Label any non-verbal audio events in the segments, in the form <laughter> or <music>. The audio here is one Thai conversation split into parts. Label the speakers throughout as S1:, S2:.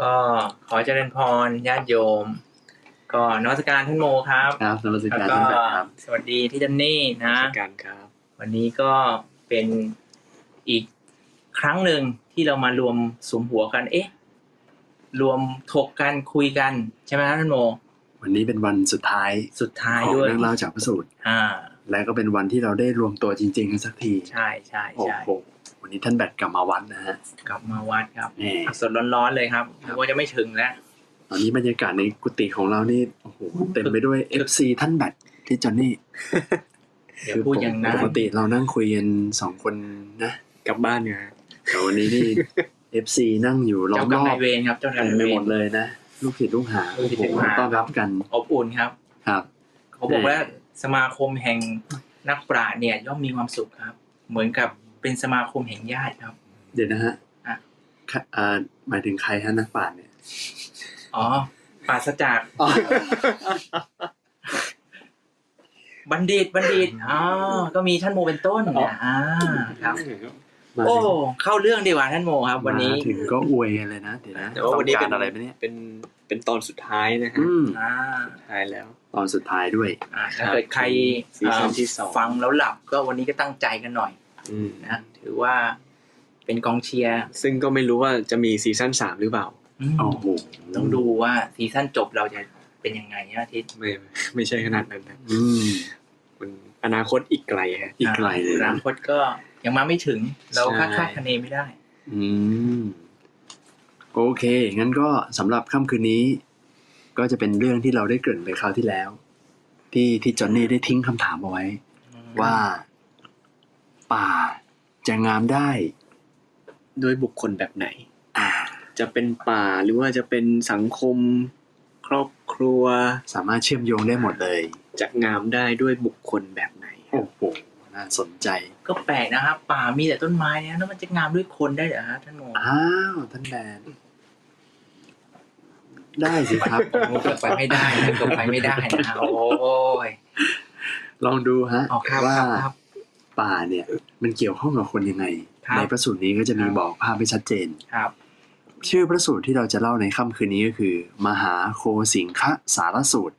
S1: ก็ขอเจริญพรญาติโยม ก็นวัตการท่านโมครับ
S2: ครับนมัส
S1: แล้ว
S2: การ
S1: ก็
S2: ท่านพระครับ
S1: สวัสดีที่เจันนี่นะ
S2: นมัสการครับ
S1: วันนี้ก็เป็นอีกครั้งหนึ่งที่เรามารวมสุมหัวกัน เอ๊ะ รวมถกกันคุยกัน ใช่ไหมครับท่านโม
S2: วันนี้เป็นวันสุดท้าย
S1: สุดท้าย
S2: ของ
S1: ด้วย
S2: เรื่องเล่าจากพระสูตร
S1: อ่า
S2: และก็เป็นวันที่เราได้รวมตัวจริงๆกันสักที
S1: ใช่ใช่
S2: โอ้
S1: ใช่
S2: โหวันนี้ท่านแบตกลับมาวัดนะฮะ
S1: กลับมาวัดครับ
S2: แหม่
S1: สดร้อนๆเลยครับนึกว่าจะไม่ถึงแล้ว
S2: ตอนนี้บรรยากาศในกุฏิของเรานี่โอ้โหเต็มไปด้วย FC ท่านแบตที่จอนนี่
S1: เดี๋ยวพูดอย่างนั้น
S2: ปกติเรานั่งคุยกันสองคนนะ
S3: กลับบ้านเนี่ยฮะ
S2: แต่วันนี้นี่ FC นั่งอยู่ล้อ
S1: เจ้าม กรร
S2: รอน
S1: มาย
S2: บ
S1: เวรครับ เจ้ากร
S2: เต็
S1: รมนาย
S2: มไป
S1: เว
S2: หม
S1: ร
S2: ดเลยนะลูกศิษย์ลูกหา
S1: ลูกศิษย์ลูกหา
S2: โอ้โต้อนรับกัน
S1: อบอุ่นครับ
S2: ครับ
S1: เขาบอกว่าสมาคมแห่งนักปราชญ์เนี่ยย่อมมีความสุขครับ เหมือนกับเป็นสมาคมแห่งญาติครับ
S2: เดี๋ยวนะฮะ
S1: อ่ะ
S2: ค่ะอ่าหมายถึงใครฮะนักป่าชญ์เนี่ย
S1: อ๋อปราศจากบัณฑิตบัณฑิตอ๋อก็มีท่านโมเป็นต้น
S2: อ๋อ
S1: อ่าครับ
S2: มา
S1: โอ้เข้าเรื่องดีกว่าท่านโมครับ วันนี้
S2: มาถึงก็อวยกันเลยนะเดี๋ยวนะ
S3: แต่ว่าวันนี้เป็น
S2: ต้องการอะไรไหมเนี่ย
S3: เป็นเป็นตอนสุดท้ายนะฮะ
S2: อืม
S1: อ่า
S3: ท้ายแล้ว
S2: ตอนสุดท้ายด้วย
S1: อ่าถ้าเกิดใคร
S3: ซีซั่นที่สอง
S1: เอ่อฟังแล้วหลับก็วันนี้ก็ตั้งใจกันหน่อยนะถือว่าเป็นกองเชียร์
S3: ซึ่งก็ไม่รู้ว่าจะมีซีซั่นสามหรือเปล่า
S1: อืม
S2: โอ้โห
S1: ต้องดูว่าซีซั่นจบเราจะเป็นยังไงนะอาทิตย์
S3: ไม่ไม่ใช่ขนาดนั้นนะ
S2: อืม
S3: มันอนาคตอีกไกลฮะ
S2: อีกไกลเลย
S1: อนา
S2: นะ
S1: คตก็ยังมาไม่ถึงเราคาด
S3: ใช่
S1: คาดคะเนไม่ได้
S2: อืมโอเคงั้นก็สำหรับค่ำคืนนี้ ก็จะเป็นเรื่องที่เราได้เกริ่นไปคราวที่แล้ว ที่ที่จอนนี่ได้ทิ้งคำถามเอาไว้ ว่า ป่าจะงามได้
S3: โดยบุคคลแบบไหน
S2: อ่า
S3: จะเป็นป่าหรือว่าจะเป็นสังคม ครอบครัว
S2: สามารถเชื่อมโยงได้หมดเลย
S3: จะงามได้ด้วยบุคคลแบบไหน
S2: โอ้โหน่าสนใจ
S1: ก็แปลกนะครับ ป่ามีแต่ต้นไม้นะแล้วมันจะงามด้วยคนได้เหรอฮะท่านโม
S2: อ้าวท่านแบนได้สิครับ
S1: กดไปไม่ได้นะกดไปไม่ได้นะโอ้ย
S2: ลองดูฮะ
S1: เอาครับ
S2: ว่า
S1: ครับครับ
S2: ป่าเนี่ย มันเกี่ยวข้องกับคนยังไง
S1: ครับ
S2: ในพระสูตรนี้ก็จะมี
S1: ครับ
S2: บอกภาพให้ชัดเจน
S1: ครับ
S2: ชื่อพระสูตรที่เราจะเล่าในค่ำคืนนี้ก็คือ มหาโคสิงคะสารสูตร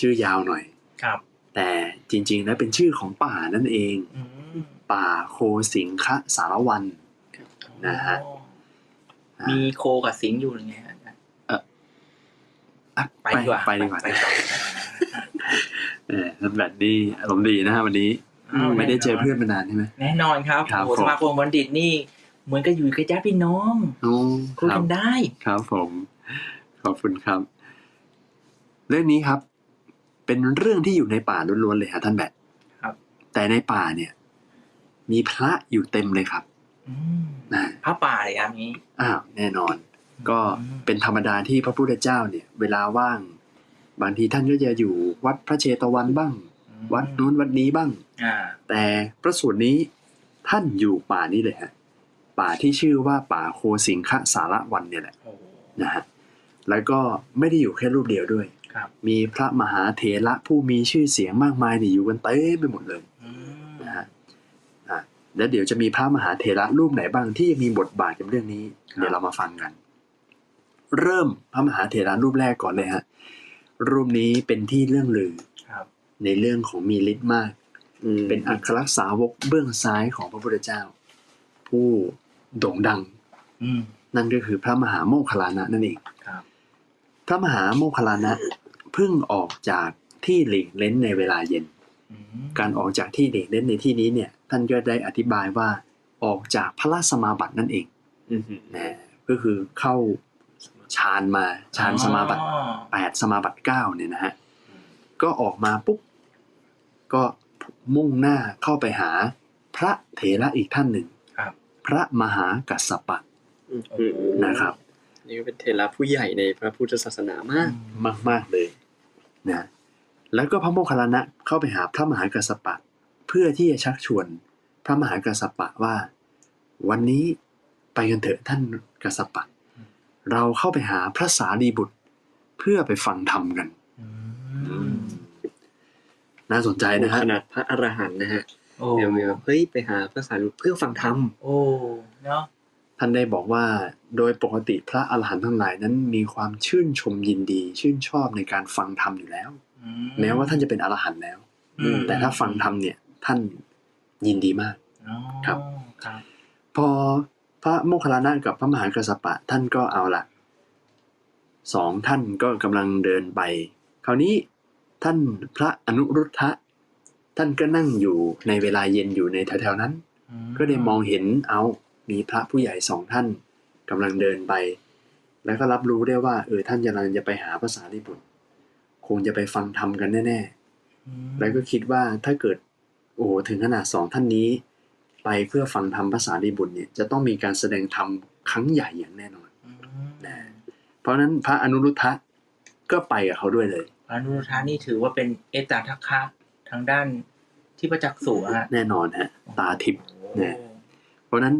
S2: ชื่อยาวหน่อย
S1: ครับ
S2: แต่จริง ๆ แล้วเป็นชื่อของป่านั่นเอง
S1: อืม
S2: ป่าโคสิงคะสารวัน นะฮะ
S1: มีโคกับสิงห์อยู่หรือไงฮะ
S2: อ่ะ
S1: ไปดีกว่า
S2: ไปดีกว่า
S1: ไปต่อ
S2: เออท่านแบนนี่อารมณ์ดีนะฮะวันนี้
S1: อ้าว
S2: ไม่ได้เจอเพื่อนมานานใช่ไหม
S1: แน่นอนครับ
S2: ครับ
S1: โอ้โห
S2: ผม
S1: สมาคมบัณฑิตนี่ เหมือนกับอยู่กับญาติพี่น้อง
S2: อ๋อ
S1: คุย
S2: รั
S1: กับ นได้
S2: ครับผมขอบคุณครับ เรื่องนี้ครับ เป็นเรื่องที่อยู่ในป่าล้วนๆเลยฮะท่านแบท
S1: ครับ
S2: แต่ในป่าเนี่ย มีพระอยู่เต็มเลยครับ
S1: อืม
S2: นะ
S1: พระป่าเลยครับนี้
S2: อ้าวแน่นอน ก็เป็นธรรมดาที่พระพุทธเจ้าเนี่ย เวลาว่าง บางทีท่านก็จะอยู่วัดพระเชตวันบ้าง วัดนู้นวัดนี้บ้าง
S1: อ่า
S2: แต่พระสูตรนี้ท่านอยู่ป่านี้เลยฮะป่าที่ชื่อว่าป่าโคสิงคะสารวันเนี่ยแหละ
S1: โอ้โห
S2: นะฮะ แล้วก็ไม่ได้อยู่แค่รูปเดียวด้วย
S1: ครับ
S2: มีพระมหาเถระผู้มีชื่อเสียงมากมายเนี่ยอยู่กันเต็มไปหมดเลย
S1: อืม
S2: นะฮะอ่ะแล้วเดี๋ยวจะมีพระมหาเถระรูปไหนบ้างที่มีบทบาทกับเรื่องนี้ เดี๋ยวเรามาฟังกัน เริ่มพระมหาเถระรูปแรกก่อนเลยฮะ รูปนี้เป็นที่เรื่องลือ
S1: ครับ
S2: ในเรื่องของมีฤทธิ์มาก เป็นอัครสาวกเบื้องซ้ายของพระพุทธเจ้า ผู้โด่งดัง
S1: อืม
S2: นั่นก็คือพระมหาโมคคัลลานะนั่นเอง
S1: ครับ
S2: พระมหาโมคคัลลานะเพิ่งออกจากที่หลีกเล้นในเวลาเย็น
S1: อืม
S2: การออกจากที่หลีกเล้นในที่นี้เนี่ย ท่านก็ได้อธิบายว่าออกจากพระราชสมาบัตินั่นเอง
S3: อืมอืม
S2: นะก็คือเข้าฌานมาฌานสมาบัติ
S1: อ๋อ
S2: แปดสมาบัติเก้าเนี่ยนะฮะ ก็ออกมาปุ๊บก็มุ่งหน้าเข้าไปหาพระเถระอีกท่านหนึ่งพระมหากัสสปะ
S3: อืมอืมอืม
S2: นะครับ
S3: นี่ก็เป็นเทระผู้ใหญ่ในพระพุทธศาสนามาก
S2: มากมากๆเลยนะแล้วก็พระโมคคัลลานะเข้าไปหาพระมหากัสสปะ เพื่อที่จะชักชวนพระมหากัสสปะว่า วันนี้ไปกันเถอะท่านกัสสปะ เราเข้าไปหาพระสารีบุตร เพื่อไปฟังธรรมกัน
S1: อืม
S2: น่าสนใจนะฮะ
S3: ขนาดพระอรหันต์นะฮะ
S1: โอ้
S3: เดี๋ยวมีแบบเฮ้ยไปหาพระสารีบุตรเพื่อฟังธรรม
S1: โอ้เนาะ
S2: ท่านได้บอกว่าโดยปกติพระอรหันต์ทั้งหลายนั้นมีความชื่นชมยินดี ชื่นชอบในการฟังธรรมอยู่แล้ว
S1: อื
S2: แม้ว่าท่านจะเป็นอรหันต์แล้ว
S1: อืม
S2: แต่ถ้าฟังธรรมเนี่ยท่านยินดีมาก
S1: อ๋อ
S2: ครับ
S1: ครับ
S2: พอพระโมคคัลลานะกับพระมหากัสสปะท่านก็เอาละสองท่านก็กำลังเดินไป คราวนี้ท่านพระอนุรุทธะท่านก็นั่งอยู่ในเวลาเย็นอยู่ในแถวๆนั้น ก็ได้มองเห็นเอามีพระผู้ใหญ่สองท่านกำลังเดินไป แล้วก็รับรู้ได้ว่าเออท่านกำลังจะไปหาภาษาลิบุตรคงจะไปฟังธรรมกันแน่ๆ แล้วก็คิดว่าถ้าเกิดโอ้โหถึงขนาดสองท่านนี้ ไปเพื่อฟังธรรมภาษาดีบุตรเนี่ยจะต้องมีการแสดงธรรมครั้งใหญ่อย่างแน่นอน
S1: อืม
S2: นะ เพราะฉะนั้นพระอนุรุทธะก็ไปกับเขาด้วยเลย
S1: พระอนุรุทธานี่ถือว่าเป็นเอตทัคคะทางด้านที่ประจักษ์สูฮะ
S2: แน่นอนฮะตาทิพย์ เนี่ย
S1: โอ้
S2: เพราะฉะนั้น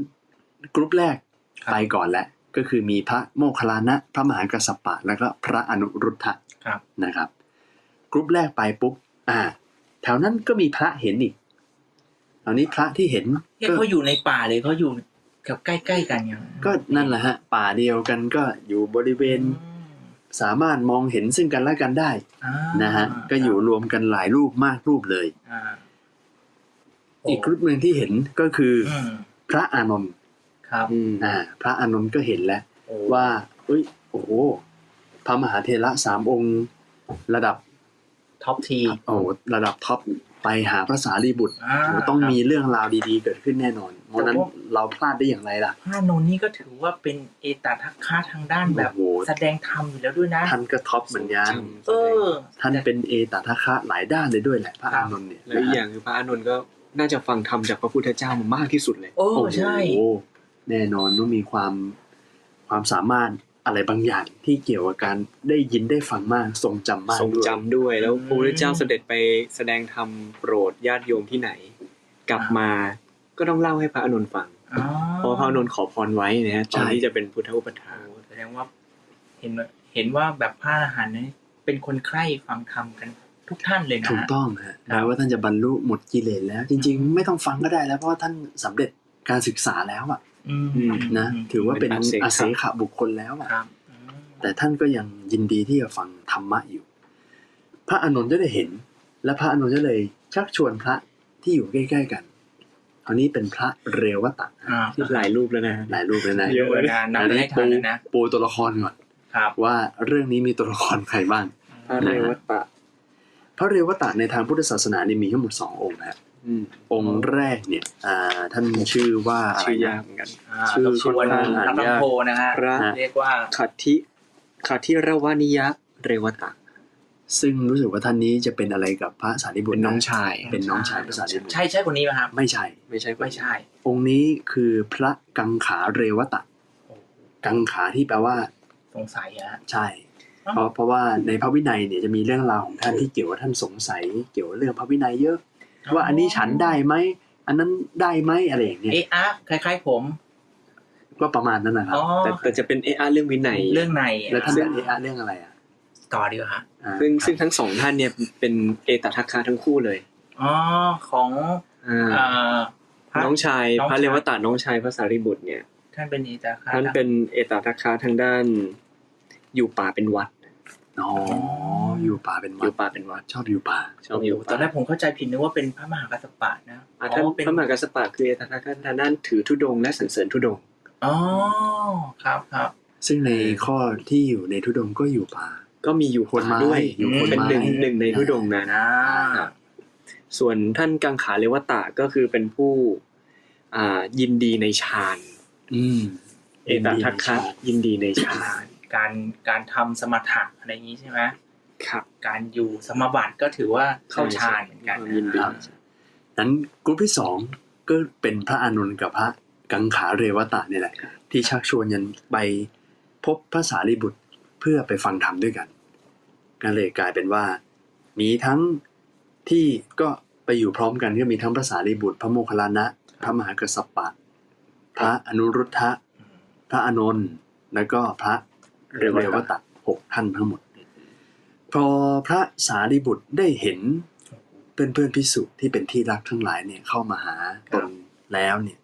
S2: กรุ๊ปแรก
S1: ครับ
S2: ไปก่อนแหละก็คือมีพระโมคคัลลานะพระมหากัสสปะ แล้วก็พระอนุรุทธะ
S1: ครับ
S2: นะครับกรุ๊ปแรกไปปุ๊บอ่า แถวนั้นก็มีพระเห็นอีกตอนนี้พระที่เห็น
S1: เนี่ย
S2: ก็
S1: เขาอยู่ในป่าเลยเขาอยู่กับใกล้ๆกันอย่าง
S2: ก็นั่นแหละฮะ ป่าเดียวกันก็อยู่บริเวณ
S1: อืม
S2: สามารถมองเห็นซึ่งกันและกันได้
S1: อ่า
S2: นะฮะก็อยู่รวมกันหลายรูปมากรูปเลย
S1: อ่า
S2: อีกรูปหนึ่งที่เห็นก็คืออ
S1: อืม
S2: พระอานนท์
S1: ครับ
S3: อืม
S2: อ่าพระอานนท์ก็เห็นแล้ว
S1: โอ้
S2: ว่าเอ้ยโอ้โหพระมหาเทระสามองค์ ระดับ
S1: ท็อปที
S2: โอ้โหระดับท็อปไปหาพระสารีบุตรโอ้โหต้องมีเรื่องราวดีๆ เกิดขึ้นแน่นอนเพราะฉะนั้นเราพลาดได้อย่างไรล่ะ
S1: พระนนท์นี่ก็ถือว่าเป็นเอตทัคคะทางด้านแบบ
S2: โอ้โห
S1: แสดงธรรมอยู่แล้วด้วยนะ
S2: ท่านก็ท็อปเหมือนกัน
S1: เออ
S2: ท่านเป็นเอตทัคคะหลายด้านเลยด้วยแหละพระอานนท์เนี่ย
S3: แล้วอีกอย่างคือพระอานนท์ก็น่าจะฟังธรรมจากพระพุทธเจ้ามามากที่สุดเลย
S1: โอ้
S2: โอ้โห
S1: ใช่
S2: แน่นอนต้องมีความความสามารถอะไรบางอย่างที่เกี่ยวกับการได้ยินได้ฟังมากทรงจำมาก
S3: ทรง
S2: ด้วย
S3: จำด้วยแล้วพระพุทธเจ้าเสด็จไปแสดงธรรมโปรดญาติโยมที่ไหน กลับมาก็ต้องเล่าให้พระอานนท์ฟัง
S1: อ๋อ
S3: เพราะว่าพระอานนท์ขอพรไว้นะฮะตอน
S2: ใช่
S3: ที่จะเป็นพุทธอุปถา
S1: โอ้
S3: ก
S1: โหแสดงว่าเห็นว่าเห็นว่าแบบพระอรหันต์นี่เป็นคนใคร่ฟังธรรมกันทุกท่านเลยนะ
S2: ถูกต้องฮะแม้ว่าท่านจะบรรลุหมดกิเลสแล้ว จริง ๆ ไม่ต้องฟังก็ได้แล้วเพราะว่าท่านสำเร็จการศึกษาแล้วอะ
S1: อืม
S2: นะถือว่าเป็นอาเสขบุคคลแล้วอะ
S1: ครับอืม
S2: แต่ท่านก็ยังยินดีที่จะฟังธรรมะอยู่ พระอานนท์ก็ได้เห็น และพระอานนท์ก็เลยชักชวนพระที่อยู่ใกล้ ๆ กันคราวนี้เป็นพระเรวตะ
S1: อ่า
S3: หลายรูปแล้วนะฮะ
S2: หลายรูปเลยนะ
S3: เยอะ
S1: เวลานับ
S2: อัน
S1: ไม่
S2: นี้
S1: ทั
S2: ปู
S1: นแล้วนะ
S2: ปูตัวละครก่อน
S1: ครับ
S2: ว่าเรื่องนี้มีตัวละครใครบ้าง
S3: พระเรวตะ
S2: พระเรวตะในทางพุทธศาสนาเนี่ยมีทั้งหมดสององค์นะฮะ
S3: อืม
S2: องค์แรกเนี่ยอ่าท่านชื่อว่าอะไร
S3: ชื่อยา
S2: นะ
S3: กเหมือนกัน
S1: อ่า
S2: ชื่อ
S1: กับชวน
S2: ค่อนข้าง
S1: พระ
S2: อ่าน
S1: ลำ
S2: ยาก
S1: โพนะฮะ
S3: พระ
S1: เรียกว่า
S3: ขัตทิขัตทิรวานิยะเรวตะ
S2: ซึ่งรู้สึกว่าท่านนี้จะเป็นอะไรกับพระสารีบุต
S3: เป็นน้อง
S2: ระ
S3: ชาย
S2: เป็นน้องชายพระสารีบุตร
S1: ใช่ใช่คนนี้ไหมครับ
S2: ไม่ใช่
S3: ไม่ใช่คน
S1: ไม่ใช่
S2: องค์นี้คือพระกังขาเรวตะ
S1: โอ้โห
S2: กังขาที่แปลว่า
S1: สงสัยอะฮะ
S2: ใช่ เพราะเพราะว่าในพระวินัยเนี่ยจะมีเรื่องราวของท่านที่เกี่ยวว่าท่านสงสัย เกี่ยวกับเรื่องพระวินัยเยอะ
S1: อ๋อ
S2: ว่าอันนี้ฉันได้ไหมอันนั้นได้ไหมอะไรอย่างเงี้ย
S1: เอะอะคล้ายๆผม
S2: ก็ประมาณนั้นนะครับ
S1: อ๋อ
S3: แต่แต่จะเป็นเออาเรื่องวินัย
S1: เรื่องใน
S2: แล้วท่าน
S1: เรื่
S2: ได้เอะเรื่องอะไรอ่ะ
S1: ต่อดีกว่าฮะ
S2: อ่า
S3: ซึ่งซึ่งทั้งสองท่านเนี่ยเป็นเอตทัคคะทั้งคู่เลย
S1: อ๋อของ
S3: อ่า
S1: เอ่อพระ
S3: น้องชาย
S1: น้องชาย
S3: พระเรวตะน้องชายพระสารีบุตรเนี่ย
S1: ท่านเป็นเอตทัคคะ
S3: ท่านเป็นเอตทัคคะทางด้าน อยู่ป่าเป็นวัด
S2: อ๋ออยู่ป่าเป็น
S3: อ
S2: วัด
S3: ยู่ป่าเป็นวัด
S2: ชอบอยู่ป่า
S3: ชอบอยู่
S1: ตอนแร
S3: ป่าก
S1: ผมเข้าใจผิดนึกว่าเป็นพระมหากัสสปะนะ
S3: อ่ะท่าน
S1: เป็น
S3: พระมหากัสสปะคือเอตทัคคะทางด้านถือธุดงค์และสรรเสริญธุดงค์
S1: อ๋อครับครับ
S2: ซึ่งใน
S3: เออ
S2: ข้อที่อยู่ในทุดงค์ก็อยู่ป่า
S3: ก็มีอยู่คนมาด้วย
S2: อยู่คนไม้
S3: เป็นหนึ่งหนึ่งในธุดงค์นั้น
S1: นะ
S3: ส่วนท่านกังขาเลวตะก็คือเป็นผู้อ่ายินดีในฌาน
S2: อืม
S3: เอตทัคคะยินดีในฌาน
S1: การการทำสมถะอะไรอย่างนี้ใช่ไหม
S3: ครับ
S1: การอยู่สมบัติก็ถือว่าเข้าฌานเหมือนกัน
S3: ยินดี
S1: ครับ
S2: นั้นกลุ่มที่สองก็เป็นพระอานนท์กับพระกังขาเรวตะนี่แหละ ที่ชักชวนยันไปพบพระสารีบุตรเพื่อไปฟังธรรมด้วยกันก็เลยกลายเป็นว่า มีทั้งที่ก็ไปอยู่พร้อมกันก็มีทั้งพระสารีบุตร พระโมคคัลลานะ พระมหากัสสปะ พระอนุรุทธะ พระอานนท์แล้วก็พระเรวตะหกท่านทั้งหมด พอพระสารีบุตรได้เห็นเพื่อนเพื่อนๆพิสุที่เป็นที่รักทั้งหลายเนี่ยเข้ามาหาตนแล้วเนี่ย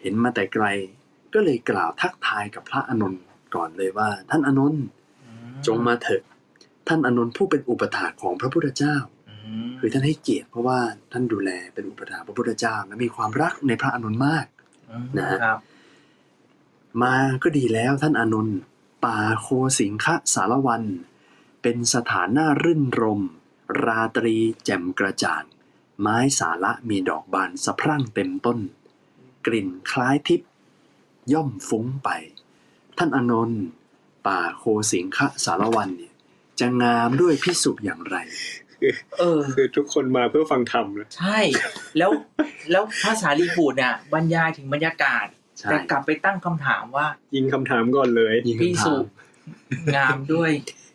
S2: เห็นมาแต่ไกล ก็เลยกล่าวทักทายกับพระอานนท์ก่อนเลยว่า ท่านอานนท์
S1: อื
S2: จงมาเถิดท่านอานนท์ผู้เป็นอุปถากของพระพุทธเจ้า
S1: อืม
S2: คือท่านให้เกียรติเพราะว่าท่านดูแลเป็นอุปถากพระพุทธเจ้าและมีความรักในพระอานนท์มาก นะฮะ
S1: ครับ
S2: มาก็ดีแล้วท่านอานนท์ป่าโคสิงคะสารวัน เป็นสถานหน้ารื่นรม ราตรีแจ่มกระจ่าง ไม้สาระมีดอกบานสะพรั่งเต็มต้น กลิ่นคล้ายทิพย์ย่อมฟุ้งไป ท่านอานนท์ป่าโคสิงคะสารวันเนี่ยจะงามด้วยพิสุอย่างไร
S1: เออ
S3: คือทุกคนมาเพื่อฟังธรรมนะ
S1: ใช่ แล้วแล้วภาษาลีบูดเนี่ยบรรยายถึงบรรยากาศ
S2: ใช่
S1: แต่กลับไปตั้งคำถามว่า
S3: ยิงคำถามก่อนเลย
S2: ยิง
S1: พิ
S2: คำถา
S1: สุ
S2: ม
S1: งามด้วย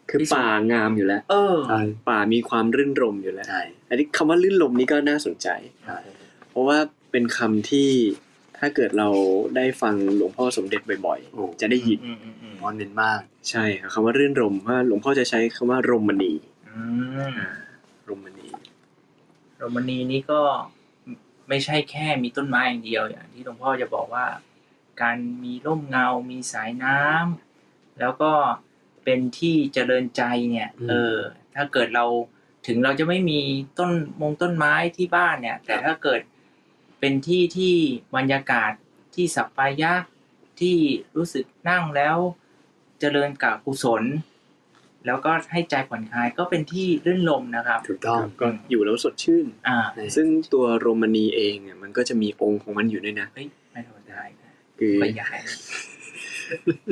S3: คือป่างามอยู่แล้ว
S1: เออ
S2: ใช่
S3: ป่ามีความรื่นรมอยู่แล้ว
S2: ใช่
S3: อันนี้คำว่ารื่นรมนี่ก็น่าสนใจ
S2: ใช่
S3: เพราะว่าเป็นคำที่ถ้าเกิดเราได้ฟังหลวงพ่อสมเด็จบ่อย
S2: โอ้
S3: ๆ จะได้ยิน
S1: อืมอืมอืม
S2: มอนเน้นมาก
S3: ใช่ครับคำว่ารื่นรมว่าหลวงพ่อจะใช้คำว่ารมณี
S1: อืม
S3: รมณี
S1: โรมานีนี่ก็ไม่ใช่แค่มีต้นไม้อย่างเดียวอย่างที่หลวงพ่อจะบอกว่า การมีร่มเงา มีสายน้ำแล้วก็เป็นที่เจริญใจเนี่ย เออ ถ้าเกิดเราถึงเราจะไม่มีต้นมงต้นไม้ที่บ้านเนี่ย แต่ถ้าเกิดเป็นที่ที่บรรยากาศที่สัปปายะที่รู้สึกนั่งแล้วเจริญกับกุศล แล้วก็ให้ใจผ่อนคลายก็เป็นที่รื่นลมนะครับ
S2: ถูกต้อง
S3: ก็อยู่แล้วสดชื่น
S1: อ่า
S3: ซึ่งตัวโรมณีเองเนี่ยมันก็จะมีองค์ของมันอยู่ด้วยนะ
S1: เฮ้ยไม่ธรรมดาอีกนะ
S3: คือ
S1: ขยาย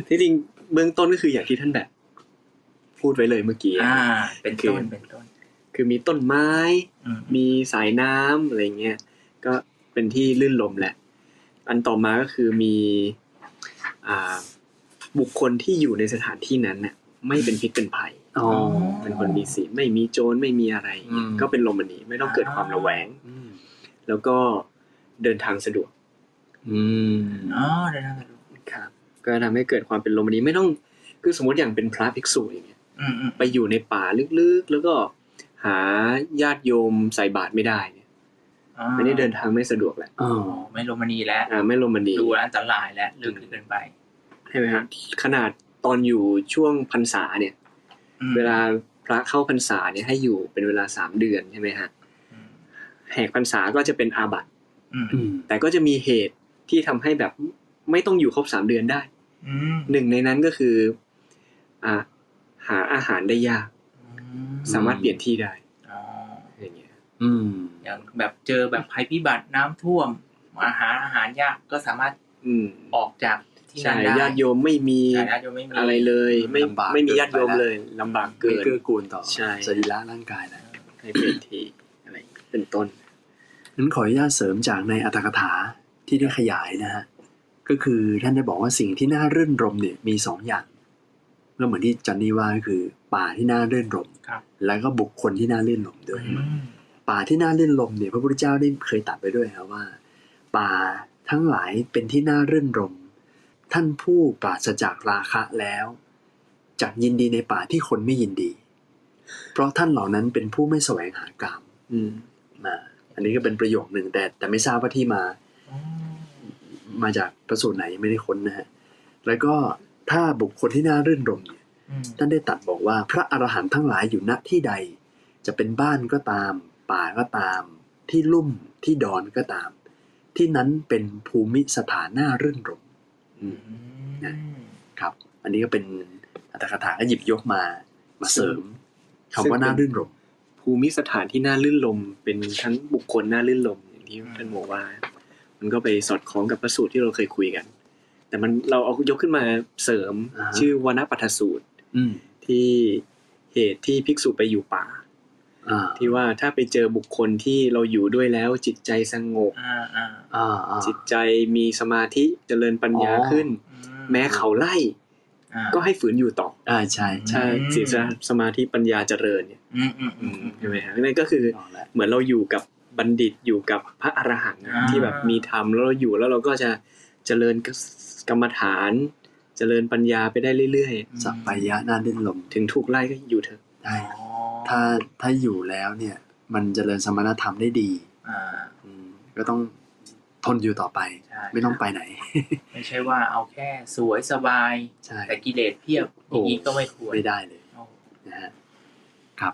S3: ที่จริงเบื้องต้นก็คืออย่างที่ท่านแบบ พูดไว้เลยเมื่อกี้
S1: อ่า เป็นต้นเป็นต้น
S3: คือมีต้นไม้
S1: อืม
S3: มีสายน้ำอะไรเงี้ยก็เป็นที่ลื่นลมแหละ อันต่อมาก็คือมีอ่าบุคคลที่อยู่ในสถานที่นั้นน่ะไม่เป็นพิษเป็นภัย
S2: อ๋อ
S3: เป็นคนมีศีลไม่มีโจรไม่มีอะไรเงี้ย
S2: อืม
S3: ก็เป็นลมอันนี้ไม่ต้องเกิดความระแวง
S2: อืม
S3: แล้วก็เดินทางสะดวก
S2: อืม
S1: อ๋อเดี๋ยวนะครับ
S3: ครับก็ทำให้เกิดความเป็นโรมานีไม่ต้องคือสมมติอย่างเป็นพระภิกษุอย่างเงี้ย
S1: อืมอืม
S3: ไปอยู่ในป่าลึกๆ แล้วก็หาญาติโยมใส่บาตรไม่ได้เนี่ย
S1: า
S3: อันนี้เดินทางไม่สะดวกแหละ
S2: อ๋อ
S1: อ๋อไม่โรมานีแล้ว
S3: อ่าไม่โรมานี
S1: ดูอันตรายแล้วลึกเกินไป
S3: ใช่ไหมฮะขนาดตอนอยู่ช่วงพรรษาเนี่ย
S1: อืม
S3: เวลาพระเข้าพรรษาเนี่ยให้อยู่เป็นเวลาสามเดือนใช่ไหมฮะ
S1: อืม
S3: แหกพรรษาก็จะเป็นอาบัติ
S1: อืม
S2: อืม
S3: แต่ก็จะมีเหตุที่ทำให้แบบไม่ต้องอยู่ครบสามเดือนได้
S1: อืม
S3: หนึ่งในนั้นก็คืออ่าหาอาหารได้ยากสามารถเปลี่ยนที่ได้
S1: อ๋อ
S3: อย่างเงี้ย
S2: อืม
S1: อย่างแบบเจอแบบภัยพิบัติน้ำท่วมอาหารอาหารยากก็สามารถ
S3: อืม
S1: ออกจากที่
S3: ใช่
S1: นั่นได้
S3: ญาติโยมไม่มี
S1: ญาติโยมไม่มี
S3: อะไรเลยไม่
S2: ลำบาก
S3: ไม่มี
S2: เกิน
S3: ญาติโยม
S2: ไปละ
S3: เลยลำบาก
S2: ไม่
S3: เกิน
S2: เกื้อกูลต่อ
S3: ใช่
S2: สรีระร่างกายนะ
S3: ในเปลี่ยนที่อะไรเป็นต้น
S2: นั้นขออนุญาตเสริมจากในอัตถกถาที่ได้ขยายนะฮะ ก็คือท่านได้บอกว่าสิ่งที่น่ารื่นรมเนี่ยมีสองอย่างก็เหมือนที่จันนี่ว่าก็คือ ป่าที่น่ารื่นรม
S1: ครับ
S2: แล้วก็บุคคลที่น่ารื่นรมด้วย
S1: อืม
S2: ป่าที่น่ารื่นรมเนี่ยพระพุทธเจ้าได้เคยตรัดไปด้วยครับว่า ป่าทั้งหลายเป็นที่น่ารื่นรม ท่านผู้ปราศจากราคะแล้วจักยินดีในป่าที่คนไม่ยินดี เพราะท่านเหล่านั้นเป็นผู้ไม่แสวงหากาม
S3: อืม
S2: มาอันนี้ก็เป็นประโยคหนึ่งแต่ แต่ไม่ทราบว่าที่มา
S1: อ๋อ
S2: มาจากประสูตรไหนยังไม่ได้ค้นนะฮะแล้วก็ถ้าบุคคลที่น่ารื่นรมเนี่ย
S1: อืม
S2: ท่านได้ตรัดบอกว่าพระอรหันต์ทั้งหลายอยู่ณที่ใด จะเป็นบ้านก็ตาม ป่าก็ตาม ที่ลุ่มที่ดอนก็ตาม ที่นั้นเป็นภูมิสถานหน้ารื่นรมย์
S3: อืม
S1: อืม
S2: ครับ อันนี้ก็เป็นอัตถกถาก็หยิบยกมามาเสริมคำว่าหน้ารื่นรมย์
S3: ภูมิสถานที่น่าลื่นลม เป็นทั้งบุคคลน่าลื่นลมอย่างที่ท่านบอกว่า มันก็ไปสอดคล้องกับพระสูตรที่เราเคยคุยกัน แต่มันเราเอายกขึ้นมาเสริมชื่อวานปัทสูตร
S2: อืม
S3: ที่เหตุที่ภิกษุไปอยู่ป่า
S2: อ่า
S3: ที่ว่าถ้าไปเจอบุคคลที่เราอยู่ด้วยแล้วจิตใจสงบ
S1: อ่าอ่า
S2: อ่าอ่า
S3: จิตใจมีสมาธิเจริญปัญญา
S2: อ๋อ
S3: ขึ้น
S1: อื
S3: แม้เขาไล่
S1: อ่า
S3: ก็ให้ฝืนอยู่ต่อ
S2: อ่าใช่ใช่
S3: ใช่
S1: อืม
S3: ศีลสมาธิปัญญาเจริญเนี่ย
S1: อืมอืมอืมอืม
S3: ใช่ไหมฮะนั่นก็คือ
S2: เอาละ
S3: เหมือนเราอยู่กับบัณฑิตอยู่กับพระอรหันต์นะ
S1: อ่า
S3: ที่แบบมีธรรมแล้วเราอยู่แล้วเราก็จะเจริญกรรมฐาน เจริญปัญญาไปได้เรื่อย
S2: สัปปายะหน้ารื่นรมย์
S3: ๆ ถึงถูกไล่ก็อยู่เถอะ
S2: ได้
S1: อ๋อ
S2: ถ้าถ้าอยู่แล้วเนี่ย มันเจริญสมณธรรมได้ดี
S1: อ่า
S2: อืมก็ต้อง ทนอยู่ต่อไป
S1: ใช่
S2: ไม่ต้องไปไหน <laughs>
S1: ไม่ใช่ว่าเอาแค่สวยสบาย
S2: ใช่
S1: แต่กิเลสเพียบอย่างนี้ก็ไม่ควร
S2: ไม่ได้เลย
S1: เอา
S2: นะฮะครับ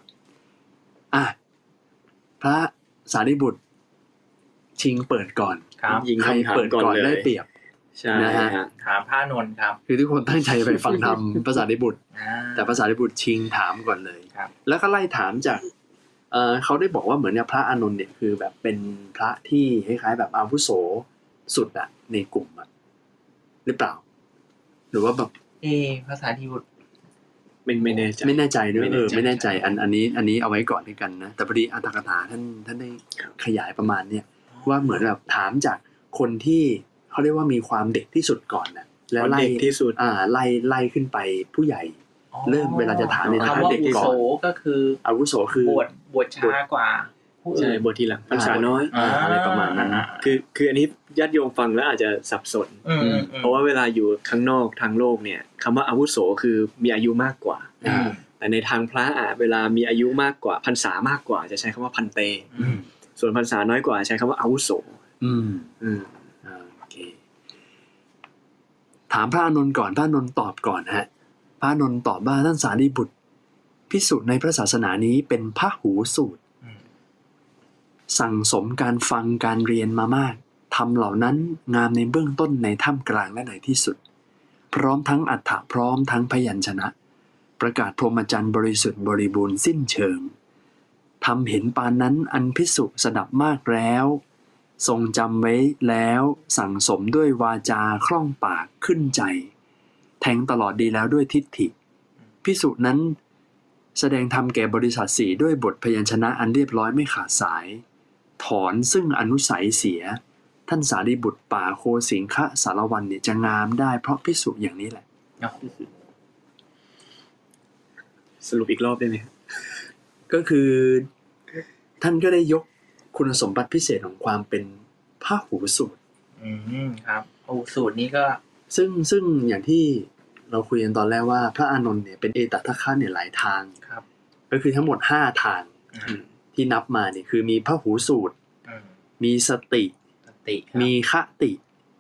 S2: อ่ะพระสารีบุตร ชิงเปิดก่อน
S1: ครับ
S3: ยิง
S2: ใคร
S3: คำถาม
S2: เปิด
S3: ก่
S2: ก่
S3: อ
S2: อนน
S3: เลย
S2: ได้เปรียบ
S3: ใช่
S2: นะฮะ
S3: ฮะ
S1: ถามพระนนท์ครับ
S2: คือทุกคนตั้งใจไปฟังธรรม พระสารีบุตร
S1: อ่า
S2: แต่พระสารีบุตรชิงถามก่อนเลย
S1: ครับ
S2: แล้วก็ไล่ถามจากเอ่อเขาได้บอกว่าเหมือนเนี่ยพระอานนท์เนี่ยคือแบบเป็นพระที่คล้ายๆแบบอาวุโสสุดอะในกลุ่มอะหรือเปล่า หรือว่าแบบ
S1: เอ๊ะภาษาที่บุตร
S3: ไม่ไม่แน่ใจ
S2: ไม่แน่ใจด้วย
S3: ไม่
S2: เออ
S3: แน่ใจ
S2: ไม่แน่ใจอันอันนี้อันนี้เอาไว้ก่อนด้วยกันนะ แต่พอดีอัตถกถาท่านท่านได้
S3: ครับ
S2: ขยายประมาณเนี่ยว่าเหมือนแบบถามจากคนที่เขาเรียกว่ามีความเด็กที่สุดก่อนนะแล้วไล่
S3: เด็กที่สุด
S2: อ่าไล่ไล่ขึ้นไปผู้ใหญ่
S1: อ๋อ
S2: เริ่มเวลาจะถามเนี่ย
S1: คำว่า
S2: ถามเด็ก
S1: อุ
S2: ก่อน
S1: โสก็คือ
S2: อาวุโสคือบ
S1: วชบวชช้ากว่าผู้อื่
S3: ใช่
S1: น
S3: บททีหลังภาษาน้อย
S2: อ่าอะไรประมาณนั้นนะ
S3: คือคืออันนี้ญาติโยมฟังแล้วอาจจะสับสน
S1: อืมอืม
S3: เพราะว่าเวลาอยู่ข้างนอกทางโลกเนี่ยคำว่าอาวุโสคือมีอายุมากกว่า
S1: อืม
S3: แต่ในทางพระอ่ะเวลามีอายุมากกว่าพรรษามากกว่า จะใช้คำว่าพันเต
S1: อืม
S3: ส่วนพรรษาน้อยกว่าใช้คำว่าอาวุโส
S2: อืม
S3: อืม
S2: อ่าโอเค ถามพระอานนท์ก่อนพระอานนท์ตอบก่อนฮะ พระอานนท์ตอบว่าท่านสารีบุตรพิสูจน์ในพระศาสนานี้เป็นพระหูสูตร
S1: อืม
S2: สั่งสมการฟังการเรียนมามากทำเหล่านั้นงามในเบื้องต้นในท่ามกลางและในที่สุด พร้อมทั้งอัฏฐะพร้อมทั้งพยัญชนะ ประกาศพรหมจรรย์บริสุทธิ์บริบูรณ์สิ้นเชิงทำเห็นปานนั้นอันพิสุสดับมากแล้ว ทรงจำไว้แล้วสั่งสมด้วยวาจาคล่องปากขึ้นใจ แทงตลอดดีแล้วด้วยทิฏฐิ พิสุนั้น แสดงธรรมแก่บริษัทสี่ด้วยบทพยัญชนะอันเรียบร้อยไม่ขาดสาย ถอนซึ่งอนุสัยเสีย ท่านสารีบุตรป่าโคสิงคะสารวันเนี่ยจะงามได้เพราะพิสุอย่างนี้แหละ
S3: สรุปอีกรอบได้ไหมครับ
S2: ก็คือ ท่านก็ได้ยกคุณสมบัติพิเศษของความเป็นผ้าหูสูตร
S1: อืมครับโอ้สูตรนี้ก็
S2: ซึ่งซึ่งอย่างที่เราคุยกันตอนแรกว่าพระอานนท์เนี่ยเป็นเอตัทคคะเนี่ยหลายทาง
S1: ครับ
S2: ก็คือทั้งหมด 5 ทาง
S1: อืม
S2: ที่นับมาเนี่ยคือมีผ้าหูสูตร
S1: อืม
S2: มีสติ
S1: สติครับ
S2: มีคติ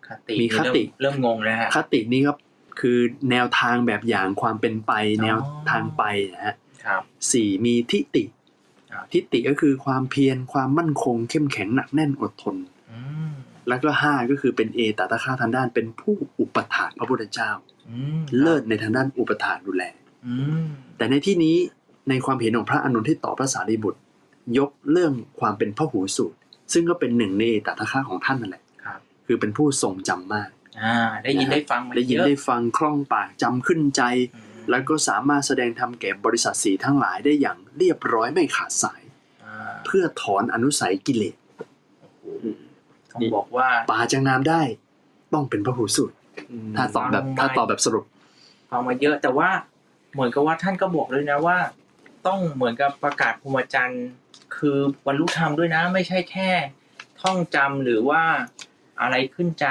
S1: คติ
S2: มีคติ
S1: นี่เริ่มเริ่มงงแล้วฮะ
S2: คตินี่ก็คือแนวทางแบบอย่างความเป็นไป แนวทางไปนะฮะ
S1: ครับ
S2: สี่มีทิฏฐิ
S1: อ่า
S2: ทิฏฐิก็คือความเพียรความมั่นคง เข้มแข็งหนักแน่นอดทน
S1: อืม
S2: แล้วก็ห้าก็คือเป็นเอตตะค่าทางด้านเป็นผู้อุปถากพระพุทธเจ้า
S1: อืม
S2: เลิศในทางด้านอุปถากดูแล
S1: อืม
S2: แต่ในที่นี้ในความเห็นของพระอานนท์ที่ต่อบพระสารีบุตร ยกเรื่องความเป็นพระหูสูตร ซึ่งก็เป็นหนึ่งในเอตตะค่าของท่านนั่นแหละ
S1: ครับ
S2: คือเป็นผู้ทรงจำมาก
S1: อ่า ได้ยิน
S2: นะฮะ
S1: ได้ฟังมา
S2: ได้ยิน
S1: เอะ
S2: ได้ฟังคล่องปากจำขึ้นใจ
S1: อืม
S2: แล้วก็สามารถแสดงธรรมแก่บริษัทสีทั้งหลายได้อย่างเรียบร้อยไม่ขาดสาย
S1: อ่า
S2: เพื่อถอนอนุสัยกิเลส
S1: ต้องบอกว่า
S2: ป่าจังน้ำได้ ต้องเป็นพระหูสูตร
S3: ม
S2: ถ้าตอบแบบ
S1: อืม
S2: ถ้าตอบแบบสรุป
S1: ฟังมาเยอะแต่ว่าเหมือนกับว่าท่านก็บอกเลยนะว่า ต้องเหมือนกับประกาศพรหมจรรย์คือบรรลุธรรมด้วยนะ ไม่ใช่แค่ ท่องจำหรือว่าอะไรขึ้นใจ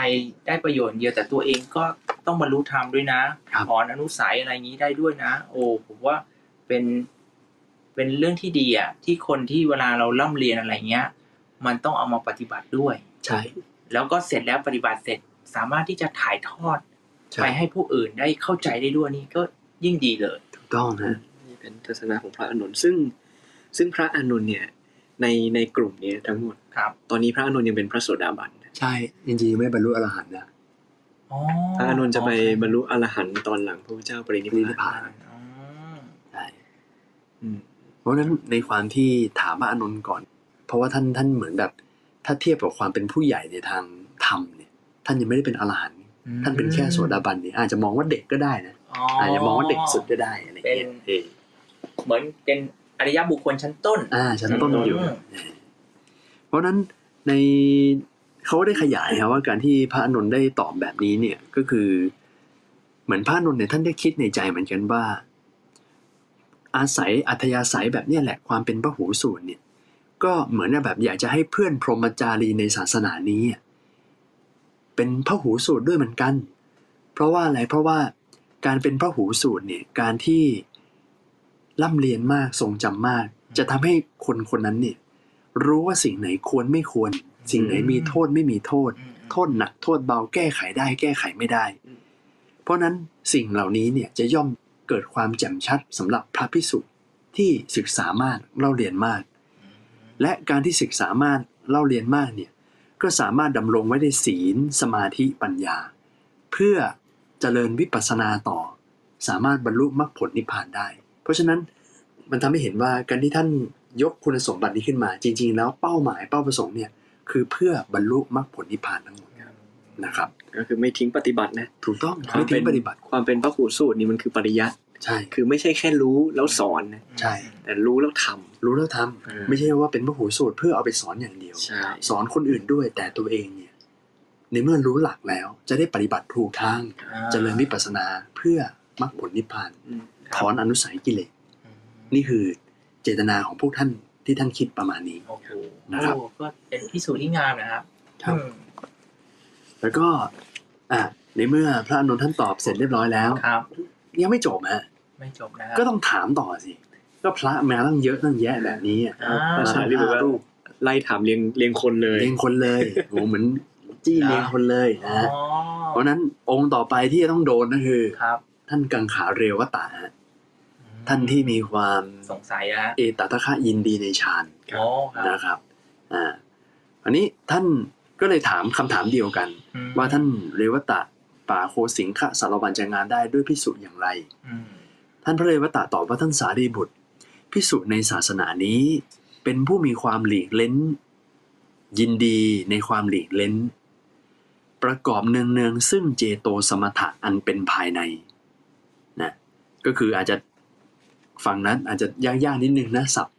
S1: ได้ประโยชน์เดียวแต่ตัวเองก็ต้องบรรลุธรรมด้วยนะครับ ถอนอนุสัยอะไรอย่างนี้ได้ด้วยนะ โอ้ผมว่าเป็นเป็นเรื่องที่ดีอะที่คนที่เวลาเราล่ำเรียนอะไรเงี้ย มันต้องเอามาปฏิบัติด้วย
S2: ใช่
S1: แล้วก็เสร็จแล้วปฏิบัติเสร็จสามารถที่จะถ่ายทอด
S2: ใช่
S1: ไปให้ผู้อื่นได้เข้าใจได้ด้วยนี่ก็ยิ่งดีเลย
S2: ถูกต้องนะ
S3: นี่เป็นทัศนะของพระอานนท์ซึ่ง ซึ่งพระอานนท์เนี่ยในในกลุ่มเนี้ทั้งหมด
S1: ครับ
S3: ตอนนี้พระอานนท์ยังเป็นพระโสดาบัน
S2: ใช่จริงๆยังไม่บรรลุอรหันต์นะ
S1: อ๋อ
S3: พระอานนท์จะไปบรรลุอรหันต์ตอนหลังพระพุทธเจ้าปรินิพ
S2: ปรินิพพา
S3: พาน น
S1: อ๋อ
S2: ใช่
S3: อืม
S2: เพราะฉะนั้นในความที่ถามพระอานนท์ก่อน เพราะว่าท่านท่านเหมือนแบบ ถ้าเทียบกับความเป็นผู้ใหญ่ในทางธรรมเนี่ยท่านยังไม่ได้เป็นอรหันต์
S1: อืม
S2: ท่านเป็นแค่โสดาบันเนี่ยอาจจะมองว่าเด็กก็ได้นะอาจจะมองว่าเด็กสุดก็ได้อะไรอย่างเงี้ยเออ
S1: เหมือนเป็นอริยบุคคลชั้นต้น
S2: อ่าฉันต้นอยู่
S1: อืม
S2: เพราะฉะนั้นในเขาได้ขยายครับว่าการที่พระอานนท์ได้ตอบแบบนี้เนี่ยก็คือ เหมือนพระอานนท์เนี่ยท่านได้คิดในใจเหมือนกันว่า อาศัยอัธยาศัยแบบเนี้ยแหละความเป็นพระหูสูตรเนี่ยก็เหมือนแบบอยากจะให้เพื่อนพรหมจารีในศาสนานี้อ่ะเป็นพระหูสูตรด้วยเหมือนกัน เพราะว่าอะไรเพราะว่าการเป็นพระหูสูตรเนี่ยการที่ล่ำเรียนมากทรงจำมาก จะทำให้คนคนนั้นเนี่ย รู้ว่าสิ่งไหนควรไม่ควร สิ่งไหนมีโทษไม่มีโทษ
S1: อืม
S2: โทษหนักโทษเบาแก้ไขได้แก้ไขไม่ได้
S3: อืม
S2: เพราะฉะนั้นสิ่งเหล่านี้เนี่ยจะย่อมเกิดความแจ่มชัดสำหรับพระพิสุที่ศึกษามากเล่าเรียนมาก และการที่ศึกษามากเล่าเรียนมากเนี่ยก็สามารถดำรงไว้ในศีลสมาธิปัญญา เพื่อเจริญวิปัสสนาต่อ สามารถบรรลุมรรคผลนิพพานได้ เพราะฉะนั้นมันทำให้เห็นว่าการที่ท่านยกคุณสมบัตินี้ขึ้นมา จริง ๆ แล้วเป้าหมายเป้าประสงค์เนี่ยคือเพื่อบรรลุมรรคผลนิพพานทั้งหมดนะครับ
S3: ก็คือไม่ทิ้งปฏิบัตินะ
S2: ถูกต้อง
S3: ค
S2: ไม่
S3: วาม
S2: ทิ้ง
S3: เป็น
S2: ปฏิบัติ
S3: ความเป็นพระครูสูตรนี่มันคือปริยัติ
S2: ใช่
S3: คือไม่ใช่แค่รู้แล้วสอนนะ
S2: ใช่
S3: แต่รู้แล้วท
S2: รู้แล้วทำ
S3: อืม
S2: ไม่ใช่ว่าเป็นพระหูสูตรเพื่อเอาไปสอนอย่างเดียว
S3: ำใช่
S2: สอนคนอื่นด้วยแต่ตัวเองเนี่ยในเมื่อรู้หลักแล้วจะได้ปฏิบัติถูกทาง
S1: อ่า
S2: เจริญวิปัสสนาเพื่อมรรคผลนิพพาน
S3: อืม
S2: ถอนอนุสัยกิเลส
S1: อืม
S2: นี่คือเจตนาของพวกท่านที่ท่านคิดประมาณนี้
S1: โอ้โห
S2: นะครับ
S1: โอ้ก็เป็นที่สูจน์ที่งามนะครับอืม
S2: แล้วก็อ่ะในเมื่อพระอานนท์ท่านตอบเสร็จเรียบร้อยแล้ว
S1: ครับ
S2: ยังไม่จบฮะ
S1: ไม่จบนะครับ
S2: ก็ต้องถามต่อสิก็พระมาตั้งเยอะตั้งแยะแบบนี้อ่ะ
S1: อ่า
S2: มา
S3: ภาษา
S2: ตั้ง
S3: ที่แบบ
S2: ห้า
S3: ว่า
S2: รูป
S3: ไล่ถามเรียงเรียงคนเลย
S2: เลี้ยงคนเลย โหเหมือนจี้เลี้ยงคนเลยนะ
S1: อ๋อ
S2: ฮะเพราะฉะนั้นองค์ต่อไปที่จะต้องโดนก็คือ
S1: ครับ
S2: ท่านกังขาเรวตะฮะท่านที่มีความ
S1: สงสัยนะฮะ
S2: เอตตะคะยินดีในฌาน
S3: ครับ
S1: อ๋อครับ
S2: นะครับ อ่าอันนี้ท่านก็เลยถามคำถามเดียวกัน
S1: อืม
S2: ว่าท่านเรวตะป่าโคสิงคะสารวันจะงานได้ด้วยพิสูจน์อย่างไร
S1: อืม
S2: ท่านพระเรวตะตอบว่าท่านสารีบุตรพิสูจน์ในศาสนานี้ เป็นผู้มีความหลีกเล้น ยินดีในความหลีกเล้น ประกอบเนืองเนืองๆซึ่งเจโตสมถะอันเป็นภายในนะก็คืออาจจะฟังนั้นอาจจะยากๆนิดนึงนะศัพท์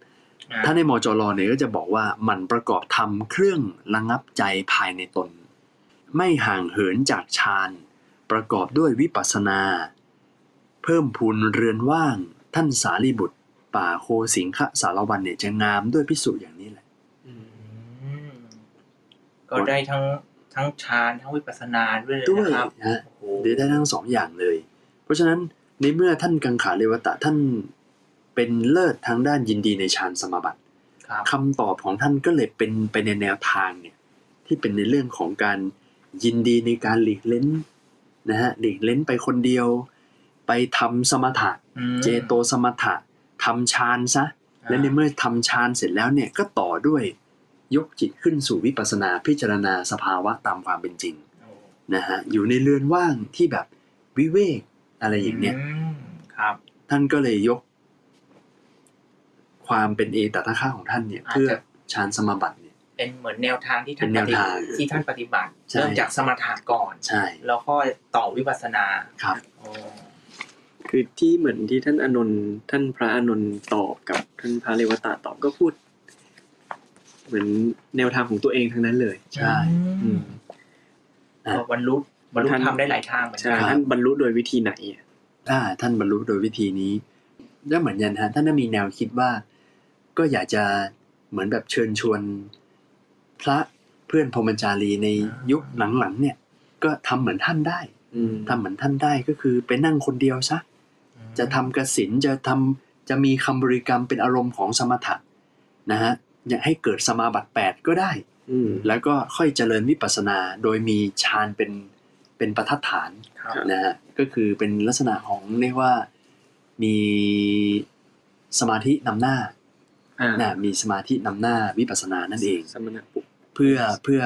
S1: อ่
S2: ถ้าในมจรเนี่ยก็จะบอกว่ามันประกอบทำเครื่องระงับใจภายในตน ไม่ห่างเหินจากฌานประกอบด้วยวิปัสสนา เพิ่มพูนเรือนว่าง ท่านสารีบุตร ป่าโคสิงคะสารวันเนี่ยจะงามด้วยพิสูจน์อย่างนี้แหละ
S1: อืมก็ได้ทั้งทั้งฌานทั้งวิปัสสนาด้วยเลย
S2: ด้วย
S1: นะครับ
S2: ฮะ
S1: โอ้โห
S2: ได้ได้ทั้งสองอย่างเลย เพราะฉะนั้นในเมื่อท่านกังขาเลวตะท่านเป็นเลิศทางด้านยินดีในฌานสมาบัติ
S1: ครับ
S2: คำตอบของท่านก็เลยเป็นไปในแนวทางเนี่ยที่เป็นในเรื่องของการยินดีในการหลีกเล้นนะฮะหลีกเล้นไปคนเดียว ไปทำสมถะ
S1: อืม
S2: เจโตสมถะทำฌานซะ และในเมื่อทำฌานเสร็จแล้วเนี่ยก็ต่อด้วยยกจิตขึ้นสู่วิปัสสนาพิจารณาสภาวะตามความเป็นจริง
S1: โอ้
S2: นะฮะอยู่ในเรือนว่างที่แบบวิเวกอะไรอย่างเนี้ย
S1: มครับ
S2: ท่านก็เลยยก ความเป็นเอตตะค่าของท่านเนี่ย
S1: อาจจะ
S2: เพื่อฌานสมาบัติเนี่ย
S1: เป็นเหมือนแนวทางที่ท่าน
S2: เป็นแนวทาง
S1: ปฏิที่ท่านปฏิบัติ
S2: ใช่
S1: เริ่มจากสมถะก่อน
S2: ใช่
S1: แล้วก็ต่อวิปัสสนา
S2: ครับ
S1: โอ้
S3: คือที่เหมือนที่ท่านอานนท์ท่านพระอานนท์ตอบกับท่านพระเรวตะตอบก็พูด เหมือนแนวทางของตัวเองทั้งนั้นเลย
S2: ใช่
S3: อืม
S1: ก็บรรลุบรรลุทำได้หลายทางเหมือน
S3: ใช่
S1: กัน
S3: ท่านบรรลุโดยวิธีไหนอ่ะ
S2: ถ้าท่านบรรลุโดยวิธีนี้ก็เหมือนกันฮะท่านได้มีแนวคิดว่า ก็อยากจะเหมือนแบบเชิญชวน พระเพื่อนพรหมจารีในยุคหลังๆ เนี่ย ก็ทำเหมือนท่านได้
S3: อืม
S2: ทำเหมือนท่านได้ก็คือไปนั่งคนเดียวซะ จะทำกสินจะทำจะมีคำบริกรรมเป็นอารมณ์ของสมถะนะฮะอยากให้เกิดสมาบัติ 8 ก็ได้
S3: อืม
S2: แล้วก็ค่อยเจริญวิปัสสนาโดยมีฌานเป็นเป็นประทัดฐาน
S1: ครับ
S2: นะฮะก็คือเป็นลักษณะของเรียกว่ามีสมาธินำหน้า
S3: อ่า
S2: นะมีสมาธินำหน้าวิปัสสนานั่นเอง
S3: สมณะปุก
S2: เพื่อเพื่อ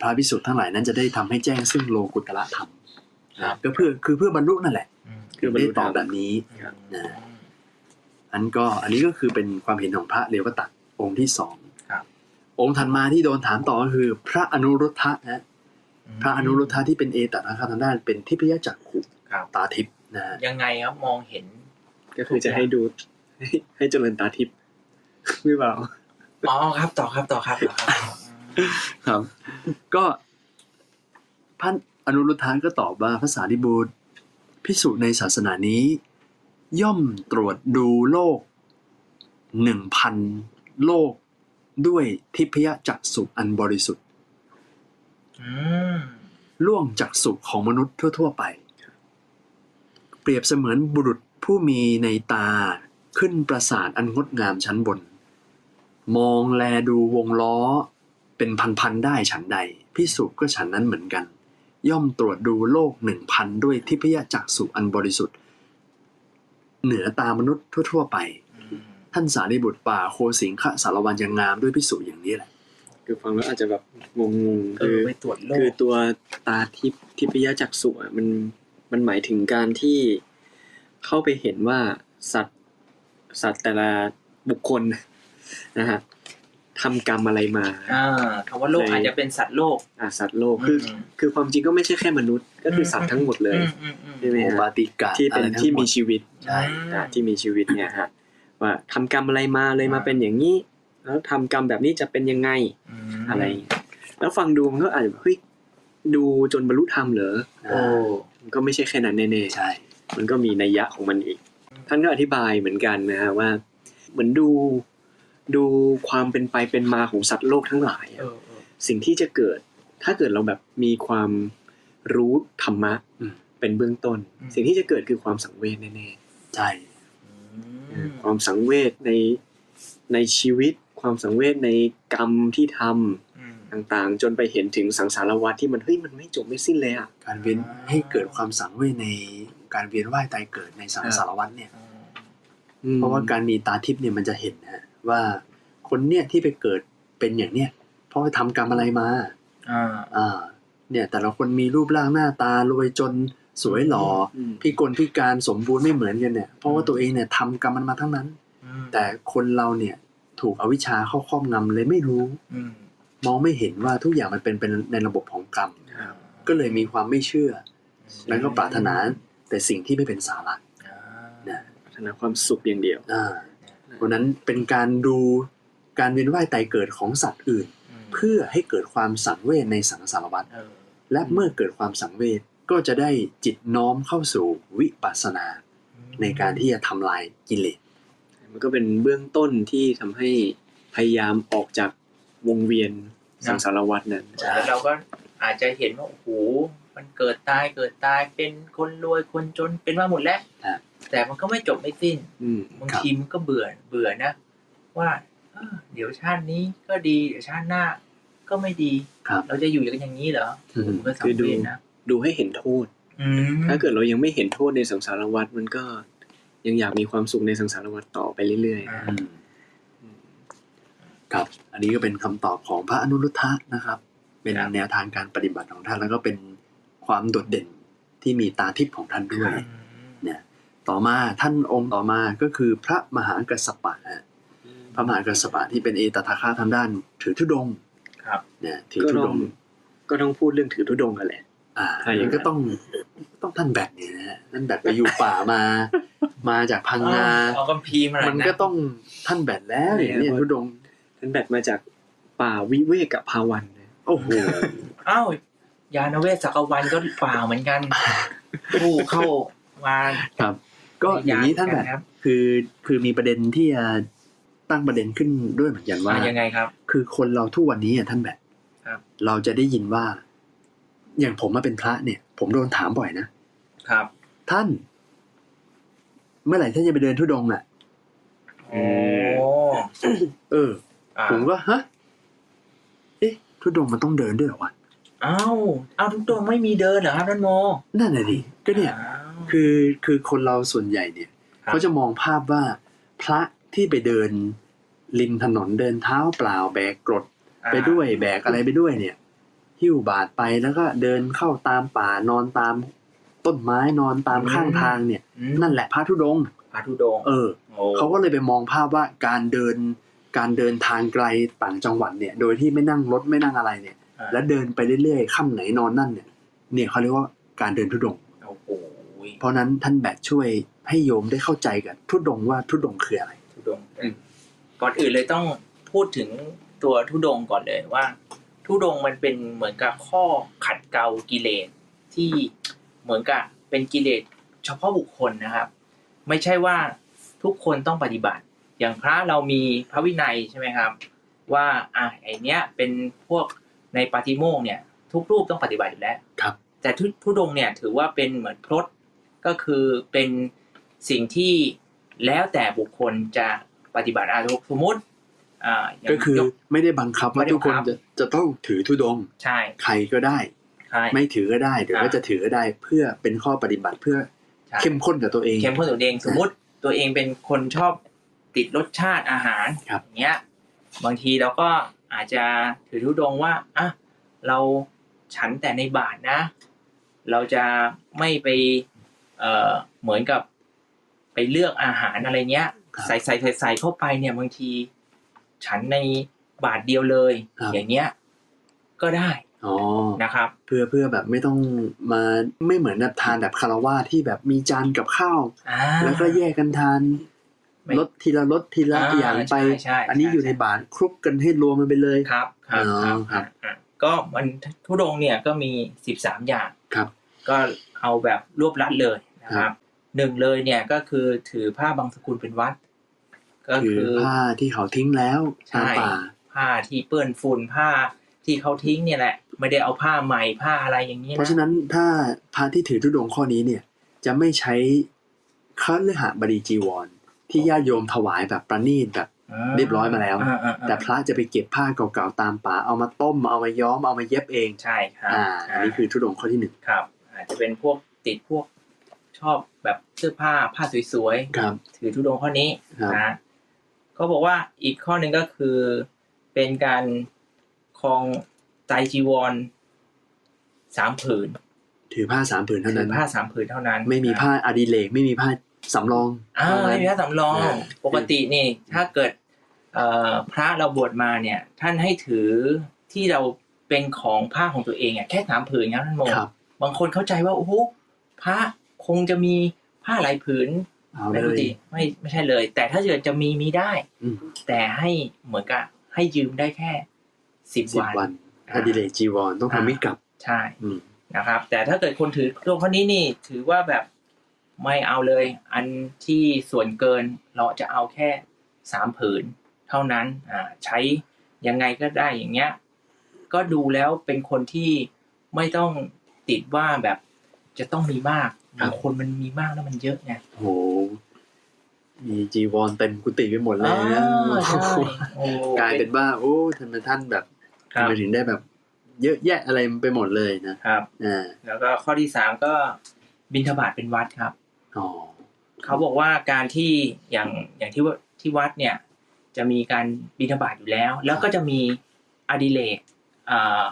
S2: พระภิกษุทั้งหลายนั้นจะได้ทำให้แจ้งซึ่งโลกุตละธรรม
S1: ครับ
S2: ก็เพื่อคือเพื่อบรรลุนั่นแหละ
S1: อืม
S3: คือบรร
S2: ได้
S3: ลุ
S2: ต
S3: ธ
S2: อ
S3: ร
S2: บ
S3: รม
S2: แบบนี้
S3: ครับ
S2: นะ อันก็อันนี้ก็คือเป็นความเห็นของพระเรวตะองค์ที่สอง
S1: ครับ
S2: องค์ถัดมาที่โดนถามต่อก็คือ พระอนุรุทธะนะ
S1: ม
S2: พระอนุรุทธะที่เป็นเอตัตนะครับทางด้านเป็นทิพยจักขุ
S1: ครับ
S2: ตาทิพย์นะฮะ
S1: ยังไงครับมองเห็น
S3: ก็คือจะให้ดู <laughs> ให้ให้เจริญตาทิพย์ <laughs> หรือเปล่า
S1: อ๋อครับต่อครับต่อครับต่อครับ
S2: ครับ <laughs> ก็พระอนุรุทธะก็ตอบว่าภาษาดิบูตรพิสูจน์ในศาสนานี้ ย่อมตรวจดูโลกหนึ่งพันโลกด้วยทิพยจักสุอันบริสุทธิ์
S1: อืม
S2: ล่วงจากสุขของมนุษย์ทั่ว ๆ ไป เปรียบเสมือนบุรุษผู้มีในตาขึ้นประสาทอันงดงามชั้นบน มองแลดูวงล้อ เ เป็นพันๆได้ฉันใดพิสุก็ฉันนั้นเหมือนกัน ย่อมตรวจดูโลกหนึ่งพันด้วยทิพยจักษุอันบริสุทธิ์ เหนือตามนุษย์ทั่ว ๆ ไป
S1: อืม
S2: ท่านสารีบุตรป่าโคสิงคะสารวันยังงามด้วยพิสุอย่างนี้แหละ
S3: คือฟังแล้วอาจจะแบบงงๆ
S1: เอ
S3: คืออ
S1: ไปตรวจโร
S3: คือ
S1: ค
S3: ตัวตาทิพย์ทิพยจักษุอะมันมันหมายถึงการที่เข้าไปเห็นว่าสัตว์สัตว์แต่ละบุคคลนะฮะทำกรรมอะไรมา
S1: อ่าคำว่าโรค
S3: ใน
S1: อาจจะเป็นสัตว์โลก
S3: อ่ะสัตว์โลกคืออ
S1: ม
S3: คือความจริงก็ไม่ใช่แค่มนุษย์ ก็คืออ
S1: ม
S3: สัตว์ทั้งหมดเลย
S1: อืมอืมอืม
S3: ใช่ไหม
S2: โอ
S3: ฮะ
S2: ปาติกะ
S3: ที่เป็น
S2: อะไรง
S3: ที่
S2: ห
S3: มี
S2: ด
S3: ชีวิต
S2: ใช่
S1: อ่า
S3: นะที่มีชีวิตเนี่ยฮะว่าทำกรรมอะไรมาเลยมาเป็นอย่างนี้ แล้วทำกรรมแบบนี้จะเป็นยังไง
S1: ม
S3: อะไรอย่างเงี้ยแล้วฟังดูมันก็อาจจะแบบเฮ้ยดูจนบรรลุธรรมเหรอ
S1: โอ้
S3: มันก็ไม่ใช่แค่นั้นแน่
S2: ใช่
S3: ๆ มันก็มีนัยยะของมันอีก ท่านก็อธิบายเหมือนกันนะฮะว่า เหมือนดูดูความเป็นไปเป็นมาของสัตว์โลกทั้งหลายอะ
S1: เออเออ
S3: สิ่งที่จะเกิด ถ้าเกิดเราแบบมีความรู้ธรรมะ
S2: อืม
S3: เป็นเบื้องต้น สิ่งที่จะเกิดคือความสังเวชแน่
S2: ใช่
S3: ๆ
S1: อืม
S3: ความสังเวชในในชีวิต ความสังเวชในกรรมที่ทำ
S1: อืม
S3: ต่างๆ จนไปเห็นถึงสังสารวัฏที่มันเฮ้ยมันไม่จบไม่สิ้นเลยอ่ะ
S2: การเวียนให้เกิดความสังเวยในการเวียนว่ายตายเกิดในสังสารวัฏเนี่ย เพราะว่าการมีตาทิพย์เนี่ยมันจะเห็นนะฮะว่าคนเนี่ยที่ไปเกิดเป็นอย่างเนี่ยเพราะว่าทำกรรมอะไรมา
S1: อ่า
S2: อ่าเนี่ยแต่ละคนมีรูปร่างหน้าตารวยจนสวยหล่อ
S3: อืม
S2: พิกลพิการสมบูรณ์ไม่เหมือนกันเนี่ยเพราะว่าตัวเองเนี่ยทำกรรมมันมาทั้งนั้น
S1: อืม
S2: แต่คนเราเนี่ยถูกอวิชชาเข้าครอบงำเลยไม่รู้
S1: อืม
S2: มองไม่เห็นว่าทุกอย่างมันเป็นเป็นในระบบของกรรม
S1: อ่า
S2: ก็เลยมีความไม่เชื่อ แล้วก็ปรารถนาแต่สิ่งที่ไม่เป็นสาระ
S1: อ่า
S2: นะ
S3: ปรารถนาความสุขอย่างเดียว
S2: อ่าเพราะฉะนั้นเป็นการดูการเวียนว่ายตายเกิดของสัตว์อื่น
S1: ม
S2: เพื่อให้เกิดความสังเวชในสังสารวัฏ
S1: เออ
S2: และเมื่อเกิดความสังเวชก็จะได้จิตน้อมเข้าสู่วิปัสสนา ในการที่จะทำลายกิเลส
S3: มันก็เป็นเบื้องต้นที่ทำให้พยายามออกจากวงเวียนสังสารวัฏนั้น
S1: แล้วเราก็อาจจะเห็นว่าโอ้โหมันเกิดตายเกิดตายเป็นคนรวยคนจนเป็นมาหมดแล้วแต่มันก็ไม่จบไม่สิ้น
S3: อืม
S1: บางทีมันก็เบื่อเบื่อนะ ว่าเออเดี๋ยวชาตินี้ก็ดีเดี๋ยวชาติหน้า ก็ไม่ดี
S2: ครับ
S1: เราจะอยู่กันอย่างนี้เหรอ
S2: อืม
S1: มันก็สังเวียนนะ
S3: ดูให้เห็นโทษ
S1: อืม
S3: ถ้าเกิดเรายังไม่เห็นโทษในสังสารวัฏมันก็ยังอยากมีความสุขในสังสารวัฏต่อไปเรื่อย
S1: อ่า
S2: อืมครับ อันนี้ก็เป็นคำตอบของพระอนุรุทธะนะครับ เป็นแนวทางการปฏิบัติของท่านแล้วก็เป็นความโดดเด่นที่มีตาทิพย์ของท่านด้วย เนี่ยต่อมาท่านองค์ต่อมาก็คือพระมหากัสสปะฮะ
S3: ๆ
S2: พระมหากัสสปะที่เป็นเอตทาคาทางด้าน ถือธุดงค์
S1: ครับ
S2: เนี่ยถือ
S3: ก็
S2: ธุ
S3: ต้
S2: ด
S3: อง
S2: งค์
S3: ก็ต้องพูดเรื่องถือธุดงค์กันแหละ
S2: อ่า
S3: ใช่อ
S2: มั
S3: ย่างนั้น
S2: นก็ต้องต้องท่านแบดเนี่ยนะฮะท่านแบดไปอยู่ป่ามา มาจากพังงา
S1: เอกัมพีร์มาหน่อย
S2: มันก็ต้องท่านแบดแล้วอย่างเนี่ยธุดงค์
S3: ท่านแบตมาจากป่าวิเวกกับพาวันนะ
S2: โอ้โห
S1: เอ้ายานเวศจักรวาลก็เปล่าเหมือน
S2: <laughs>
S1: กัน ผู้เข้ามา
S2: ครับ ก็อย่างนี้ท่านแบด
S1: ครับ
S2: คือคือมีประเด็นที่จะตั้งประเด็นขึ้นด้วยเหมือนกันว่า
S1: ว่ายังไงครับ
S2: คือคนเราทุกวันนี้อ่ะท่านแบบ
S1: ครับ
S2: เราจะได้ยินว่า อย่างผมมาเป็นพระเนี่ย ผมโดนถามบ่อยนะครับ ท่าน เมื่อไหร่ท่านจะไปเดินทุดงค์อ่ะ
S1: โอ้
S2: เออ
S1: อ่า
S2: ผมก็ฮะเอ๊ะทุดงค์มันต้องเดินด้วยเหรอวะ
S1: เอ้าเอ้าทุกตัวไม่มีเดินเหรอครับท่านโม
S2: นั่นแหละดิก็เนี่ย
S1: อ้าว
S2: คือคือคนเราส่วนใหญ่เนี่ย
S1: ครับ
S2: เขาจะมองภาพว่า พระที่ไปเดินริมถนนเดินเท้าเปล่าแบกกรด
S1: อ่า
S2: ไปด้วยแบกอะไรไปด้วยเนี่ยหิ้วบาดไปแล้วก็เดินเข้าตามป่านอนตามต้นไม้นอนตามข้างทางเนี่ย
S1: อืม
S2: นั่นแหละพระธุดงค์
S1: พระธุดงค์
S2: เออ
S1: โอ้
S2: เขาก็เลยไปมองภาพว่าการเดินการเดินทางไกลต่างจังหวัดเนี่ย โดยที่ไม่นั่งรถไม่นั่งอะไรเนี่ย
S1: อ่า
S2: แล้วเดินไปเรื่อยๆค่ำไหนนอนนั่นเนี่ย เนี่ยเขาเรียกว่าการเดินธุดงค์
S1: โอ้โห
S2: เพราะนั้นท่านแบกช่วยให้โยมได้เข้าใจกันธุดงค์ว่าธุดงค์คืออะไร
S1: ธุดงค์ก่อนอื่นเลยต้องพูดถึงตัวธุดงค์ก่อนเลยว่าธุดงค์มันเป็นเหมือนกับข้อขัดเกลากิเลส ที่เหมือนกับเป็นกิเลสเฉพาะบุคคลนะครับ ไม่ใช่ว่าทุกคนต้องปฏิบัติ อย่างพระเรามีพระวินัยใช่ไหมครับ ว่าอ่ะไอเนี้ยเป็นพวกในปาฏิโมกข์เนี่ย ทุกรูปต้องปฏิบัติอยู่แล้ว
S2: ครับ
S1: แต่ทุทุดงค์เนี่ยถือว่าเป็นเหมือนพรตก็คือเป็นสิ่งที่แล้วแต่บุคคลจะปฏิบัติอาสมมุติ อ่าย่าง
S2: ก็คือย ไม่ได้บังคับว่าทุกคน
S1: ไม่ได้บังคับ
S2: จะจะต้องถือธุดงค์
S1: ใช่
S2: ใครก็ได้
S1: ใช่
S2: ไม่ถือก็ได้หรือว่า
S1: อ่า
S2: จะถือก็ได้เพื่อเป็นข้อปฏิบัติเพื่อ
S1: ใช่
S2: เข้มข้นกับตัวเอง
S1: เข้มข้นตัวเองสมมติตัวเองเป็นคนชอบติดรสชาติอาหาร
S2: ครับ
S1: อย่างเงี้ยบางทีเราก็อาจจะถือธุดงค์ว่าอ่ะเราฉันแต่ในบาทนะ เราจะไม่ไปเอ่อเหมือนกับไปเลือกอาหารอะไรเงี้ย
S2: ครับ
S1: ใส่ใส่ใส่ใส่เข้าไปเนี่ยบางที ฉันในบาทเดียวเลย อย่างเงี้ยก็ได้
S2: อ๋อ
S1: นะครับ
S2: เพื่อเพื่อแบบไม่ต้องมาไม่เหมือนแบบทานแบบคารวาสที่แบบมีจานกับข้าว
S1: อ่า
S2: แล้วก็แยกกันทาน
S1: ไม่
S2: ลดทีละลดทีละ
S1: อ่า
S2: อย่างไป
S1: ใช่ใช่
S2: อันนี้
S1: ใช่
S2: อยู่ใน
S1: ใช่
S2: บาทคลุกกันให้รวมมันไปเลย
S1: ครับครับ
S2: อ๋อ
S1: ครับ
S2: ครับ
S1: อ่ะก็มันทุดงค์เนี่ยก็มีสิบสามอย่าง
S2: ครับ
S1: ก็เอาแบบรวบรัดเลยนะค
S2: ครั
S1: รับบ หนึ่งเลยเนี่ยก็คือถือผ้าบางสกุลเป็นวัด ก็
S2: คือ
S1: คือ
S2: ผ้าที่เขาทิ้งแล้ว
S1: ใช่
S2: ตามป่า
S1: ผ้าที่เปื้อนฝุ่นผ้าที่เขาทิ้งเนี่ยแหละ ไม่ได้เอาผ้าใหม่ผ้าอะไรอย่างนี้
S2: เพราะฉะนั้นถ้าพระที่ถือธุดงค์ข้อนี้เนี่ย จะไม่ใช้คฤหบดีจีวร ที่ญาติโยมถวายแบบประณีตแบบ เรียบร้อยมาแล้ว
S1: อ่อ่อ่า
S2: แต่พระจะไปเก็บผ้าเก่าๆตามป่าเอามาต้มเอามาย้อมเอามาเย็บเอง
S1: ใช่ครับ
S2: อ่าอันนี้คือธุดงค์ข้อที่หนึ่ง
S1: ครับ อาจจะเป็นพวกติดพวกชอบแบบเสื้อผ้าผ้าสวยๆ
S2: ครับ
S1: ถือธุดงค์ข้อนี้
S2: ครับ
S1: นะเขาบอกว่าอีกข้อหนึ่งก็คือเป็นการครองไตรจีวรสามผืน
S2: ถือผ้าสามผืนเท่า
S1: ถื
S2: นั้
S1: อน ผ้าสามผืนเท่านั้น
S2: ไม่มีผ้าอดิเรกไม่มีผ้าสำรอง
S1: อ่า
S2: เท่
S1: ไม่
S2: นั้น
S1: มีผ้าสำรอง
S2: อ่า
S1: ปกตินี่ ถ้าเกิดเอ่อพระเราบวชมาเนี่ย ท่านให้ถือที่เราเป็นของผ้าของตัวเองอ่ะแค่สามผืนครับท่านโม
S2: ครับ
S1: บางคนเข้าใจว่าโอ้โหพระคงจะมีผ้าหลายผืน
S2: เอาเล
S1: ไม่รู้
S2: ย
S1: สิไม่ไม่ใช่เลย แต่ถ้าเกิดจะมีมีได้
S2: อืม
S1: แต่ให้เหมือนกับให้ยืมได้แค่สิบ
S2: สิบ
S1: วั
S2: วัน นอดิเรกจีวรต้อง
S1: อ่า
S2: ทำมิกลับ
S1: ใช่
S2: อืม
S1: นะครับ แต่ถ้าเกิดคนถือตัวคนนี้นี่ถือว่าแบบไม่เอาเลย อันที่ส่วนเกินเราจะเอาแค่สามผืน เท่านั้นอ่าใช้ยังไงก็ได้อย่างเงี้ย ก็ดูแล้วเป็นคนที่ไม่ต้องติดว่าแบบจะต้องมีมาก
S2: ครั
S1: า
S2: บบ
S1: งคนมันมีมากแล้วมันเยอะไง
S2: โห มีจีวรเต็มกุฏิไปหมดเล
S1: อ่าย
S2: นะ
S1: ใช่โอ้
S2: กลายเป็นว่า โอ้ทำไมท่านแบบ
S1: ครั
S2: ทำ
S1: บ
S2: ไมถึงได้แบบ เยอะแยะอะไรไปหมดเลยนะครับ อ่า
S1: แล้วก็ข้อที่สามก็บิณฑบาตเป็นวัดครับ
S2: อ๋อ
S1: เขาบอกว่าการที่อย่างอย่างที่ว่าที่วัดเนี่ย จะมีการบิณฑบาตอยู่แล้ว แล้วก็จะมีอดิเลกเอ่อ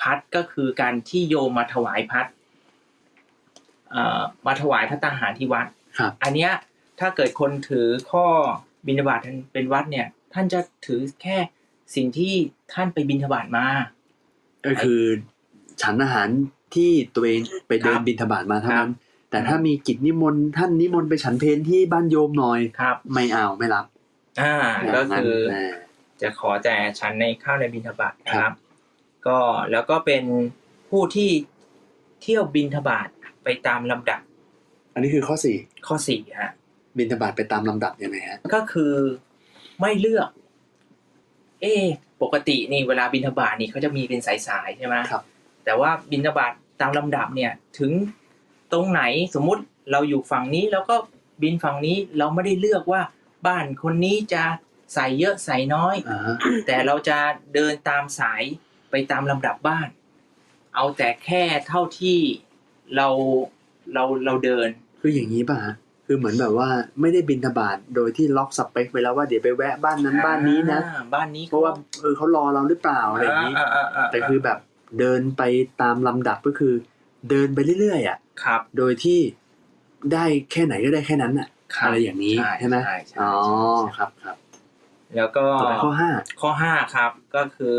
S1: พัดก็คือการที่โยมมาถวายพัดเอ่อมาถวายพระตาหารที่วัด
S2: ครับ
S1: อันเนี้ยถ้าเกิดคนถือข้อบิณฑบาตเป็นวัดเนี่ย ท่านจะถือแค่สิ่งที่ท่านไปบิณฑบาตมา
S2: ก็คือฉันอาหารที่ตัวเองไปเดิ
S1: คน รับ
S2: บิณฑบาตมาเท่า
S1: ค
S2: นั้
S1: รั
S2: น
S1: บ
S2: แต่ถ้ามีกิจนิมนต์ท่านนิมนต์ไปฉันเพลที่บ้านโยมหน่อย
S1: ครับ
S2: ไม่เอาไม่รับ
S1: อ่าก็
S2: แบบนั้น
S1: คือ
S2: แน่
S1: จะขอแต่ฉันในข้าวในบินทบาทนะครับ ก็แล้วก็เป็นผู้ที่เที่ยวบินทบาทไปตามลำดับ
S2: อันนี้คือข้อสี่
S1: ข้อสี่ฮะ
S2: บินทบาทไปตามลำดับยังไงฮะ
S1: ก็คือไม่เลือก เอะปกตินี่เวลาบินทบาทนี่เขาจะมีเป็นสายๆใช่ไหม
S2: ครับ
S1: แต่ว่าบินทบาทตามลำดับเนี่ย ถึงตรงไหนสมมุติเราอยู่ฝั่งนี้แล้วก็บินฝั่งนี้เราไม่ได้เลือกว่า บ้านคนนี้จะใส่เยอะใส่น้อย
S2: อ่าฮะ
S1: แต่เราจะเดินตามสายไปตามลำดับบ้าน เอาแต่แค่เท่าที่เราเราเราเดิน
S2: คืออย่างนี้ป่ะฮะคือเหมือนแบบว่าไม่ได้บินทบาทโดยที่ล็อกสเปคไว้แล้วว่าเดี๋ยวไปแวะบ้านนั้นบ้านนี้นะ
S1: อ่าบ้านนี้
S2: เพราะว่าเออเขารอเราหรือเปล่าอะไรอย่างนี้
S1: า
S2: แต่คือแบบเดินไปตามลำดับก็คือ เดินไปเรื่อยๆอ่ะ
S1: ครับ
S2: โดยที่ได้แค่ไหนก็ได้แค่นั้นอ่ะ
S1: คบ
S2: อะไรอย่างนี้ใช่ไหม
S1: ใช่
S2: อ๋อ
S1: ใช่
S2: ครับครับ
S1: แล้วก็
S2: ต่อไปข้อห้า
S1: ข้อห้าครับก็คือ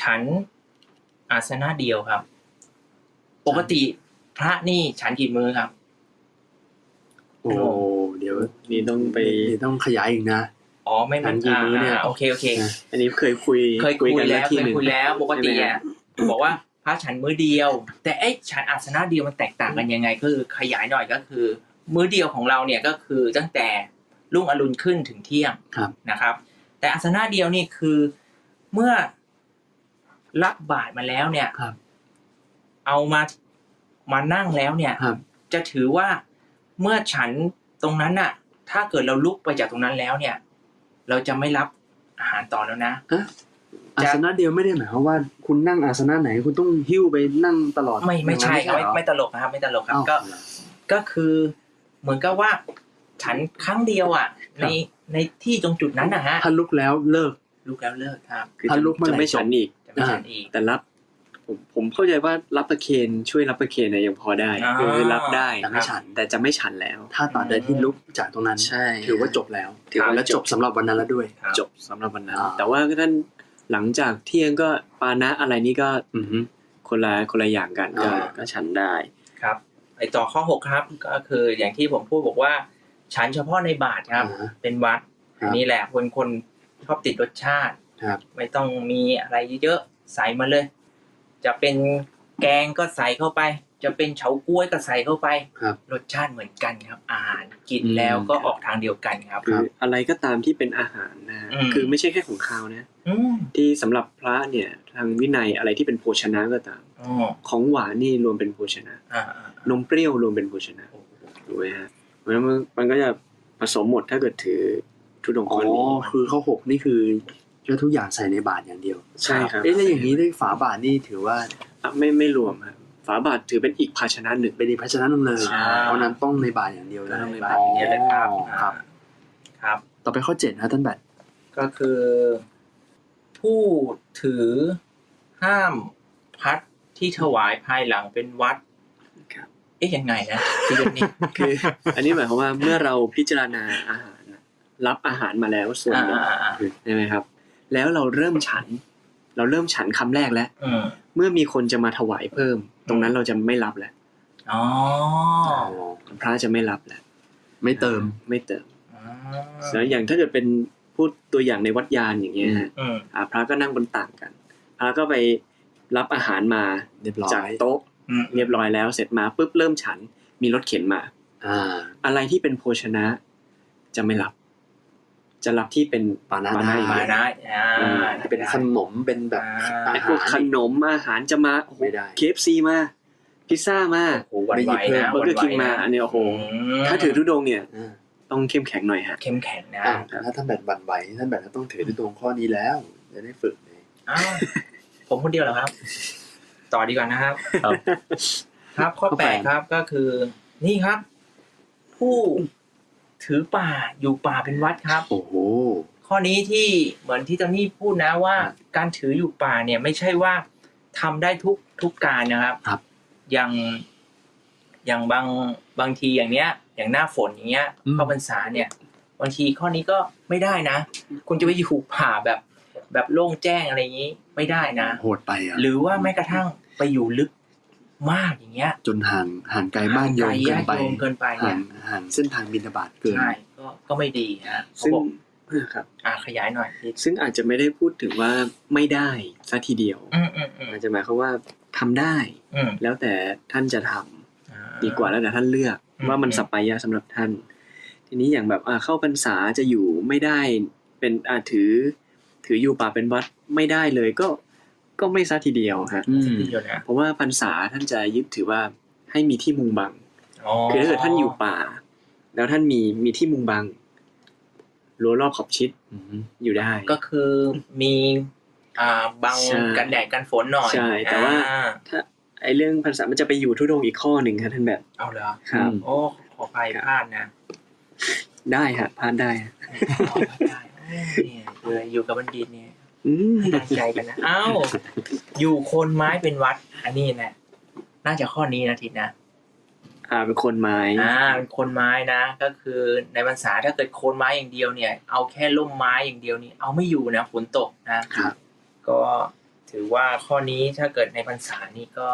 S1: ฉันอาสนะเดียวครับ ปกติพระนี่ฉันกี่มือครับ
S2: โอ้เดี๋ยว
S3: นี่ต้องไป
S2: เดี๋ยวต้องขยายอีกนะ
S1: อ๋อไม่
S2: ฉันกี่มื้อเนี่ย
S1: าโอเคโอเค
S2: นะ
S3: อันนี้เคยคุย
S1: เคยคุย
S3: กัน
S1: แล้ว
S3: ที่
S1: เคย
S3: หนึ่ง
S1: คุยแล้วปกติ
S3: ใช่ไหม
S1: อะ
S3: ฮะ
S1: บอกว่าพระฉันมื้อเดียว แต่ไอ้ฉันอาสนะเดียวมันแตกต่างกันยังไงคือขยายหน่อยก็คือ มื้อเดียวของเราเนี่ยก็คือตั้งแต่รุ่งอรุณขึ้นถึงเที่ยง
S2: ครับ
S1: นะครับ แต่อาสนะเดียวนี่คือเมื่อรับบาตรมาแล้วเนี่ย
S2: ครับ
S1: เอามามานั่งแล้วเนี่ย
S2: ครับ
S1: จะถือว่าเมื่อฉันตรงนั้นน่ะ ถ้าเกิดเราลุกไปจากตรงนั้นแล้วเนี่ย เราจะไม่รับ อาหารต่อแล้วนะ
S2: อาสนะเดียวไม่ได้หมายความว่าคุณนั่งอาสนะไหนคุณต้องหิ้วไปนั่งตลอด
S1: ไม่ไม่ใช่ครับ
S2: อ
S1: ไม่
S2: ย่างนั้น
S1: ไม่ตลกนะครับ ไม่ตลกครับ
S2: เอ้า
S1: ก็ก็คือ เหมือนกับว่า ฉันครั้งเดียวอ่ะ
S2: ค
S1: ใน
S2: รับ
S1: ในที่ตรงจุดนั้นนะฮะ
S2: ถ้าลุกแล้วเลิก
S1: ลูกแล้วเลิกครับ
S3: คือ
S2: ถ้า
S3: จะ
S2: ลุกเมื่อไหร่
S3: จะไม่ฉันอีก
S1: จะไม่ฉันอีก
S3: แต่รับ ผมผมเข้าใจว่ารับประเคนช่วยรับประเคนเนี่ยยังพอได้
S1: อ่า
S3: คือรับได้
S2: แต่ไม่ฉัน
S3: แต่จะไม่ฉันแล้ว
S2: ถ้าตราบใดที่ลุกจากตรงนั้น ถือว่าจบแล้ว
S3: ถือว่า
S2: และจบสำหรับวันนั้นแล้วด้วย
S1: ครับ
S3: จบสำหรับวันนั้น
S2: อ่า
S3: แต่ว่าก็ท่านหลังจากเที่ยงก็ปานะอะไรนี่ก็
S2: อือฮึ
S3: คนละคนละอย่างกันก็
S2: อ่า
S3: ก็ฉันได้
S1: ครับไอต่อข้อหกครับ ก็คืออย่างที่ผมพูดบอกว่า ฉันเฉพาะในบาทครับ
S2: อ่า
S1: เป็นวัด
S2: ครับ
S1: นี่แหละคนคนชอบติดรสชาติ
S2: ครับ
S1: ไม่ต้องมีอะไรเยอะๆใส่มาเลย จะเป็นแกงก็ใส่เข้าไป จะเป็นเฉาก๊วยก็ใส่เข้าไป
S2: ครับ
S1: รสชาติเหมือนกันครับ อาหารกิน
S3: อืม
S1: แล้วก็ออกทางเดียวกันครับ
S3: คืออะไรก็ตามที่เป็นอาหารนะฮะ
S1: อืม
S3: คือไม่ใช่แค่ของข้าวนะ
S1: อืม
S3: ที่สำหรับพระเนี่ยทางวินัยอะไรที่เป็นโภชนะก็ตาม
S1: อ๋อ
S3: ของหวานนี่รวมเป็นโภชนะ
S1: อ่าน
S3: มเปรี้ยวรวมเป็นโภชนะถูกไหมฮะเพราะฉะนั้นมันมันก็จะผสมหมดถ้าเกิดถือทุดงค์
S2: อ๋
S3: ข้
S2: อ
S3: อนี้
S2: คือข้อหกนี่คือก็ทุกอย่างใส่ในบาทอย่างเดียว
S3: ใช่ครับ
S2: เอ๊ะแล้วอย่างนี้ได้ฝาบาทนี่ถือว่า
S3: อ่ะไม่ไม่รวมครับฝาบาทถือเป็นอีกภาชนะหนึ่ง
S2: เป็นอีกภาชนะหนึงเลย
S3: ใช่
S2: เพราะนั้นต้องในบาทอย่างเดียวเลย
S3: ต้องใน
S1: อ่า
S3: บาท
S1: อย่างเงี้ยเลยครับ
S2: อ๋อครับ
S1: ครับ
S2: ต่อไปข้อเจ็ดนะท่านแบท
S1: ก็คือ ผู้ถือห้ามพัดที่ถวายภายหลังเป็นวัด
S3: ครับ
S1: เอ๊ะยังไงนะพี่ยศนี่
S3: คือ อันนี้หมายความว่าเมื่อเราพิจารณาอาหารน่ะรับอาหารมาแล้วส่วน
S1: อ่า
S3: หนึ่ง
S1: อ่าอ่า
S3: ใช่ไหมครับ แล้วเราเริ่มฉัน เราเริ่มฉันคำแรกแล้ว
S1: อืม
S3: เมื่อมีคนจะมาถวายเพิ่ม ตรงนั้นเราจะไม่รับแล้ว
S1: อ๋อ
S3: พระจะไม่รับแล้ว
S2: ไม่เติม
S3: ไม่เติม
S1: อ่า
S3: แล้วอย่างถ้าเกิดเป็นพูดตัวอย่างในวัดยานอย่างเงี้ยฮะ
S1: อืม
S3: อ่ะพระก็นั่งบนต่างกัน พระก็ไปรับอาหารมา
S2: เรียบร้อย
S3: จากโต๊ะ
S1: อืม
S3: เรียบร้อยแล้วเสร็จมาปุ๊บเริ่มฉันมีรถเข็นมา
S2: อ่า
S3: อะไรที่เป็นโภชนะ จะไม่รับ จะรับที่เป็น
S2: ปานะ
S3: อย่ง
S1: มา
S3: เดียว
S1: ได้อ่า
S3: อืม
S2: เป็นขนมเป็นแบบ
S1: อ่า
S2: อา
S3: ไอ้พ
S2: หาว
S3: ก
S2: ร
S3: ขนมอาหารจะมาโอ้โห
S2: ไม่ได้
S3: เคฟซีมา พิซซ่ามา
S1: โอ้โหหวันไหว
S3: ไม่หยิบ
S1: นะห
S3: เพิ่ม
S1: วันไหว
S3: Burger King มาอันนี้โอ้โห
S1: ม
S3: ถ้าถือทุดงค์เนี่ย
S2: อ่า
S3: ต้องเข้มแข็งหน่อยฮะ
S1: เข้มแข็งนะ
S2: อ้าวถ้าท่านแบทบั่นไหวท่านแบทก็ต้องถือด้วยตรงข้อนี้แล้วจะได้ฝึกไง
S1: อ้าวผมคนเดียวเหรอครับ ต่อดีกว่านะครับ
S2: ครับ
S1: ครับข้อ
S2: ข้อ
S1: แป
S2: แป
S1: ด
S2: ด
S1: ครับก็คือ นี่ครับ ผู้ถือป่าอยู่ป่าเป็นวัดครับ
S2: โอ้โห
S1: ข้อนี้ที่เหมือนที่เจอนนี่พูดนะว่า
S2: ครับ
S1: การถืออยู่ป่าเนี่ย ไม่ใช่ว่าทำได้ทุกทุกการนะครับ
S2: ครับ
S1: อย่างอย่างบางบางทีอย่างเนี้ย อย่างหน้าฝนอย่างเงี้ย
S2: อืม
S1: เข้าพรรษาเนี่ย บางทีข้อนี้ก็ไม่ได้นะ คุณจะไปอยู่ป่าแบบ แบบโล่งแจ้งอะไรอย่างนี้ไม่ได้นะ
S2: โหดไปอ่ะ
S1: หรือว่าแม้กระทั่งไปอยู่ลึกมากอย่างเงี้ย
S2: จนห่างห่างไกลบ้านโยมเกิ
S1: ญาน ติ
S2: ไป
S1: โยมเกินไปเนี่
S2: ห่าย งห่างเส้นทางบินบาตเกิน
S1: ใช่ก็ก็ไม่ดีฮะเขา
S3: ซึ่ง
S1: บอก
S3: ครับ
S1: อ่าขยายหน่อยนิด
S3: ซึ่งอาจจะไม่ได้พูดถึงว่าไม่ได้ซะทีเดียว
S1: อืมอืมอืม
S3: อาจจะหมายความว่าทำได้
S1: อืม
S3: แล้วแต่ท่านจะทำ
S1: อ่
S3: ดีกว่าแล้วแต่ท่านเลือก
S1: อืม
S3: ว่ามันสปายะสำหรับท่าน ทีนี้อย่างแบบอ่าเข้าพรรษาจะอยู่ไม่ได้เป็นอาถือ ถืออยู่ป่าเป็นวัดไม่ได้เลยก็ก็ไม่ซะทีเดียวฮะ
S2: อืม
S1: เดี๋ยวนะ
S3: เพราะว่าพรรษาท่านจะยึดถือว่าให้มีที่มุงบัง คือถ้าเกิดท่านอยู่ป่า แล้วท่านมีมีที่มุงบังรั้วรอบขอบชิด
S2: อืม
S3: อยู่ได้
S1: ก็คือมีอ่าบัง
S3: ใช่
S1: กันแดดกันฝนหน่อย
S3: ใช่แต่ว่า
S1: อ่
S3: ถ้าไอเรื่องพรรษามันจะไปอยู่ทุดงค์อีกข้อหนึ่งครับท่านแบบ
S1: เอาเหรอ
S3: ครับ
S1: โอ้ขอไป
S3: ครับ
S1: พลาดนะ
S3: ได้ฮะพลาดได้ฮะ
S1: ขอไม่ได้โอ้เนี่ยเลยอยู่กับบัณฑิตเนี่ย
S3: อืม
S1: ให้กำลังใจกันนะเอ้าอยู่โคนไม้เป็นวัด อันนี้แหละน่าจะข้อนี้นะทิศนะ
S3: อ่าเป็นคนไม้
S1: อ่าเป็นโคนไม้นะ ก็คือในภาษาถ้าเกิดโคนไม้อย่างเดียวเนี่ย เอาแค่ร่มไม้อย่างเดียวนี่เอาไม่อยู่นะฝนตกนะครับ ก็ถือว่าข้อนี้ถ้าเกิดในภาษานี่ก็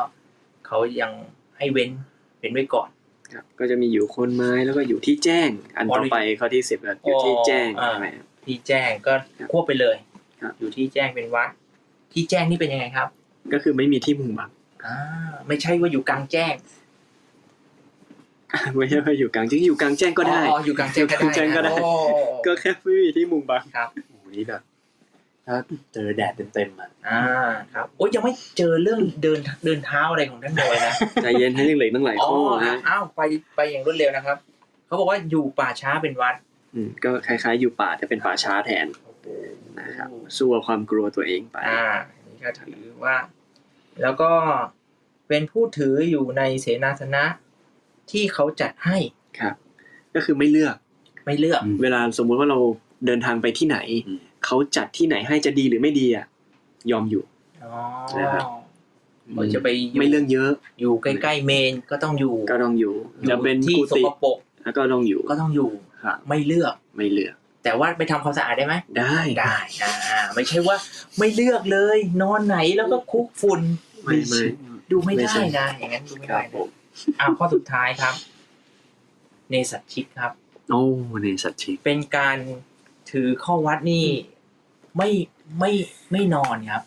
S1: เขายังให้เว้นเว้นไว้ก่อน
S3: ครับก็จะมีอยู่โคนไม้แล้วก็อยู่ที่แจ้ง อันต่อไปข้อที่สิบครับอยู่ที่แจ้ง
S1: อ๋ออ่า
S3: ใช่ไหมครับ
S1: ที่แจ้งก็ควบไปเลย
S3: ครับ
S1: อยู่ที่แจ้งเป็นวัด ที่แจ้งนี่เป็นยังไงครับ
S3: ก็คือไม่มีที่มุง <laughs> บัง
S1: อ่าไม่ใช่ว่าอยู่กลางแจ้ง
S3: ไม่ใช่ว่าอยู่กลางจริงอยู่กลางแจ้งก็ได้
S1: อ๋ออยู่กลางแจ้งก็ได้นะ
S3: อยู่กลางแจ้งก็ได้
S1: โอ้
S3: ก็แค่ไม่มีที่มุงบัง
S1: ครับ
S2: โอ้โหนี่แบบถ้าเจอแดดเต็มๆอ่ะ
S1: อ่าครับโอ้ยยังไม่เจอเรื่องเดินเดินเท้าอะไรของท่านโดยนะ
S3: ใจเย็นให้ยังเหลืออกตั้งหลายข้อ
S1: ฮะ
S3: ฮะ
S1: อ้าวไปไปอย่างรวดเร็วนะครับ เขาบอกว่าอยู่ป่าช้าเป็นวัด
S3: มก็คล้ายๆอยู่ป่าแต่เป็นป่าช้าแทน
S1: โอ้โห
S3: นะครับสู้กับความกลัวตัวเองไป
S1: อ่าอันนี้ก็ถือว่า แล้วก็เป็นผู้ถืออยู่ในเสนาสนะที่เขาจัดให้
S3: ครับ ก็คือไม่เลือก
S1: ไม่เลือก
S2: อืม
S3: เวลาสมมุติว่าเราเดินทางไปที่ไหน
S2: อืม
S3: เขาจัดที่ไหนให้จะดีหรือไม่ดีอ่ะ ยอมอยู่
S1: อ๋อ
S3: นะครับ
S1: เราจะไป
S3: ไม่เรื่องเยอะ
S1: อยู่ใกล้ๆเมนก็ต้องอยู่
S3: ก็ต้องอยู่
S1: อยู่
S3: จะเป็น
S1: ที่
S3: กุ
S1: ส
S3: ฏิ
S1: กปรก
S3: ก็ต้องอยู่
S1: ก็ต้องอยู่
S3: ครับ
S1: ไม่เลือก
S3: ไม่เลือก
S1: แต่ว่าไปทำความสะอาดได้ไหม
S3: ได้
S1: ได้นะไม่ใช่ว่าไม่เลือกเลยนอนไหนแล้วก็คลุกฝุ่น
S3: ไม่ไม่
S1: ดูไม่
S3: ไม่
S1: ได้
S3: ใช่
S1: นะ อย่างนั้นดูไม่
S3: ครั
S1: ได้
S3: บผ
S1: นะ
S3: ม
S1: อ่าข้อสุดท้ายครับ เนสัตชิกครับ
S2: โอ้เนสัตชิก
S1: เป็นการถือข้อวัดนี่ไม่ไม่ไม่นอนครับ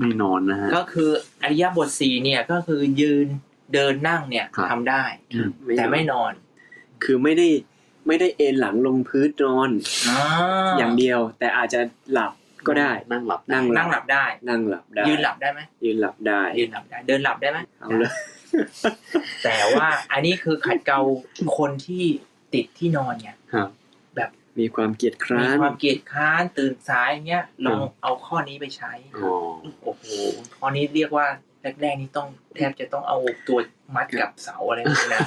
S2: ไม่นอนนะฮะ
S1: ก็คืออริยบทสี่เนี่ยก็คือยืนเดินนั่งเนี่ย
S2: ครับ
S1: ทำได้ แต่ไม่นอน
S3: คือไม่ได้ไม่ได้เอนหลังลงพื้นนอน
S1: อา
S3: อย่างเดียว แต่อาจจะหลับก็ได้
S2: นั่งหลับ
S3: นั่ง
S1: นั่งหลับได้
S3: นั่งหลับได้
S1: ยืนหลับได้ไหม
S3: ยืนหลับได้
S1: ยืนหลับได้ เดินหลับได้ไหม
S3: เอาเลย
S1: แต่ว่า
S3: <laughs>
S1: อันนี้คือขัดเกลาคนที่ติดที่นอนเนี่ย
S2: ครับ
S3: มีความเกียจค
S1: มี
S3: ร้าน
S1: ความเกียจคร้านตื่นสายอย่างเงี้ยลองเอาข้อนี้ไปใช้
S2: อ๋อ
S1: โอ้โหข้อนี้เรียกว่าแรกๆนี่ต้องแทบจะต้องเอาตัวมัดกับเสาอะไรพวกนี้นะ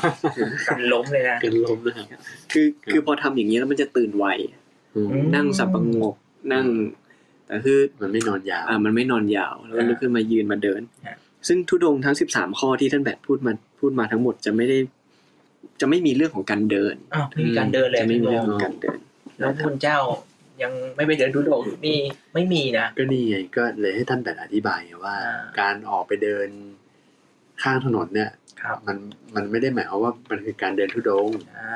S1: กันล้มเลยนะ
S2: เป็นลมนะครับ
S3: คือ
S2: ครับ
S3: คือพอทำอย่างนี้แล้วมันจะตื่นไว
S2: อืม
S1: อืม
S3: นั่งสับประงกนั่ง แต่คือ
S2: มันไม่นอนยาว
S3: อ่ามันไม่นอนยาวแล้วก็
S1: อ่า
S3: ลุกขึ้นมายืนมาเดิน
S1: ฮะ
S3: ซึ่งทุดงค์ทั้ง 13 ข้อที่ท่านแบทพูดมาพูดมาทั้งหมดจะไม่ได้ จะไม่มีเรื่องของการเดิน
S1: อ้าวไม่มีการเดินเลย
S3: จะไม่มี
S1: พี่
S3: เรื่อง
S1: โม
S3: ของการเดิน
S1: แล้วคุณเจ้ายังไม่ไปเดินดูโดงนี่ไม่มีนะ
S2: ก็นี่ไงก็เลยให้ท่านแบบอธิบายไงว่า
S1: อ่า
S2: การออกไปเดินข้างถนนเนี่ย
S1: ครับ
S2: มันมันไม่ได้หมายความว่ามันคือการเดินทุดงค์
S1: อ่า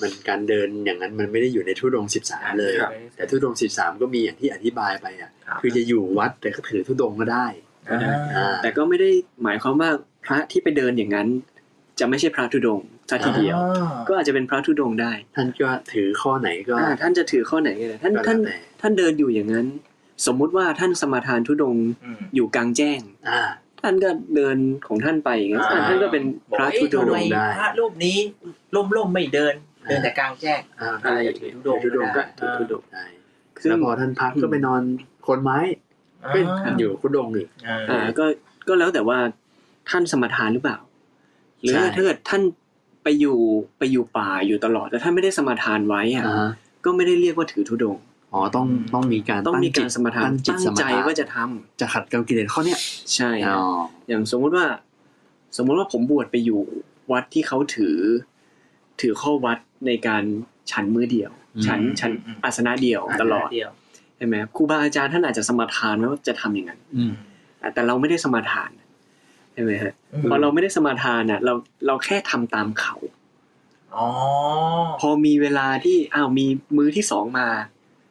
S2: มันการเดินอย่างนั้นมันไม่ได้อยู่ในทุดงสิบสามเลย
S1: ครับ
S2: แต่ทุดงสิบสามก็มีอย่างที่อธิบายไปอ่ะ คือจะอยู่วัดแต่ก็ถือทุดงค์ก็ได้
S1: อ่า
S2: อ่า
S3: แต่ก็ไม่ได้หมายความว่าพระที่ไปเดินอย่างนั้น จะไม่ใช่พระทุดงค์ซะทีเดียว
S1: อ่า
S3: ก็อาจจะเป็นพระทุดงค์ได้
S2: ท่านก็ถือข้อไหนก็
S3: อ่าท่านจะถือข้อไหนก็ได้ท่าน
S2: ก็แล้
S3: ท่าน
S2: วแต่
S3: ท่านเดินอยู่อย่างนั้น สมมุติว่าท่านสมาทานทุดงค์
S1: อืม
S3: อยู่กลางแจ้ง
S2: อ่า
S3: ท่านก็เดินของท่านไปอย่างนั้น
S1: อ่า
S3: ท่านก็เป็นพระทุดง
S1: บ
S3: ค์
S1: อกเอ๊ะทำไม
S2: ได้
S1: พระรูปนี้ล่มๆไม่เดิน เดินแต่กลางแจ้ง
S2: อ่า
S3: อ่า
S2: ถือทุดงค์ก็
S3: ถือทุดงค์
S2: ได้
S3: ซึ่ง
S2: แล้วพอท่านพักก็ไปนอนคนไม้เป็นอยู่ทุดงค์อีก
S1: อ่า
S3: อ่าก็ก็แล้วแต่ว่าท่านสมทานหรือเปล่า หรือ
S2: ใช่
S3: ถ้าเกิดท่านไปอยู่ไปอยู่ป่าอยู่ตลอด แล้วท่านไม่ได้สมทานไว้อะ
S2: อ่า
S3: ก็ไม่ได้เรียกว่าถือธุดงค์
S2: อ๋อต้องต้องมีการ
S3: ต้องมี
S2: จิ
S3: การสมทาน
S2: ตั้งจิต
S3: ตั้ง
S2: สม
S3: ใจ
S2: ถะ
S3: ว่าจะทำ
S2: จะขัดเกลากิเลสข้อเนี้ย
S3: ใช่
S2: อ๋อ
S3: อย่างสมมุติว่า สมมุติว่าผมบวชไปอยู่วัดที่เขาถือ ถือข้อวัดในการฉันมือเดียว ฉันฉันอาสนะเดียวตลอด
S1: เดียว
S3: ใช่ไหมครูบาอาจารย์ท่านอาจจะสมทานไว้ว่าจะทำอย่างนั้น
S2: อืม
S3: อ่ะแต่เราไม่ได้สมทานใช่ไหมฮะ
S1: ม
S3: พอเราไม่ได้สมาทานอ่ะเราเราแค่ทำตามเขา
S1: อ๋อ
S3: พอมีเวลาที่อ้าวมีมือที่สองมา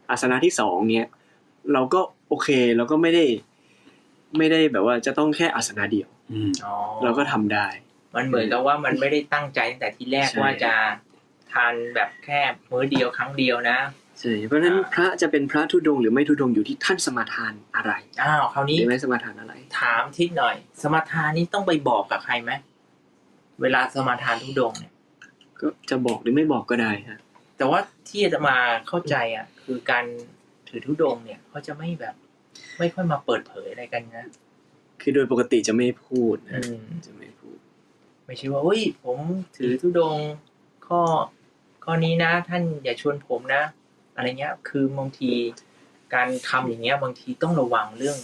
S3: อาสนะที่สองเนี้ยเราก็โอเคเราก็ไม่ได้ ไม่ได้แบบว่าจะต้องแค่อาสนะเดียว
S2: อืม
S1: อ๋อ
S3: เราก็ทำได้
S1: มันเหมือนกับว่ามันไม่ได้ตั้งใจตั้งแต่ทีแรก
S3: ใช่
S1: ว่าจะทานแบบแค่มื้อเดียวครั้งเดียวนะ
S3: ใช่เพราะฉะนั้น
S1: อ่า
S3: พระจะเป็นพระธุดงค์หรือไม่ธุดงค์อยู่ที่ท่านสมาทานอะไร
S1: อ้าวคราว
S3: ห
S1: นี้
S3: รือไม่สมาทานอะไร
S1: ถามทิศหน่อย สมทานนี่ต้องไปบอกกับใครไหมเวลาสมทานทุดงค์เนี่ย
S3: ก็จะบอกหรือไม่บอกก็ได้ฮะ
S1: แต่ว่าที่จะมาเข้าใจอ่ะ คือการถือทุดงค์เนี่ยเขาจะไม่แบบ ไม่ค่อยมาเปิดเผยอะไรกันนะ
S3: คือโดยปกติจะไม่พูด
S1: อื
S3: นะ
S1: ม
S3: จะไม่พูด
S1: ไม่ใช่ว่าเฮ้ยผมถือธุดงค์ข้อข้อนี้นะ ท่านอย่าชวนผมนะ อะไรเงี้ย คือบางทีการทำอย่างเงี้ย บางทีต้องระวังเรื่อง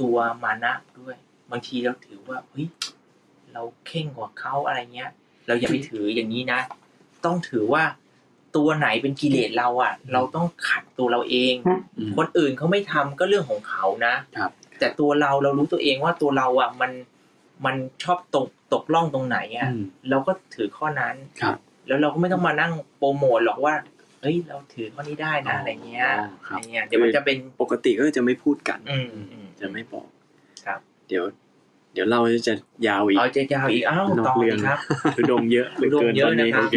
S1: ตัวมานะด้วย บางทีเราถือว่าเฮ้ยเราเข่งกว่าเขาอะไรเงี้ย เราอย่าไปถืออย่างนี้นะ ต้องถือว่าตัวไหนเป็นกิเลสเราอะ่ะ เราต้องขัดตัวเราเอง
S2: อืม
S1: คนอื่นเขาไม่ทำก็เรื่องของเขานะครับ แต่ตัวเราเรารู้ตัวเองว่าตัวเราอ่ะมันมันชอบตกตกล่องตรงไหนอ่ะ
S2: อืม
S1: เราก็ถือข้อนั้น
S2: ครับ
S1: แล้วเราก็ไม่ต้องมานั่งโปรโมทหรอกว่าเฮ้ยเราถือข้อนี้ได้นะอะไรเงี้ย
S2: ค
S1: อะ
S2: รั
S1: ไร
S2: บ
S1: เงี้ยเดี๋ยวมันจะเป็น
S3: ปกติก็จะไม่พูดกัน
S1: อืมอืม
S3: จะไม่บอก
S1: ครับ
S3: เดี๋ยว เดี๋ยวเราจะยาวอีก
S1: เอาใจยาวอีกอ้าวน
S3: อก
S1: ต่อ
S3: เรื่
S1: อี
S3: อง
S1: กครับ
S3: ทุดงเยอะหลื
S1: ธุดงเยอะ
S3: ต
S1: นะครับ
S2: โอเค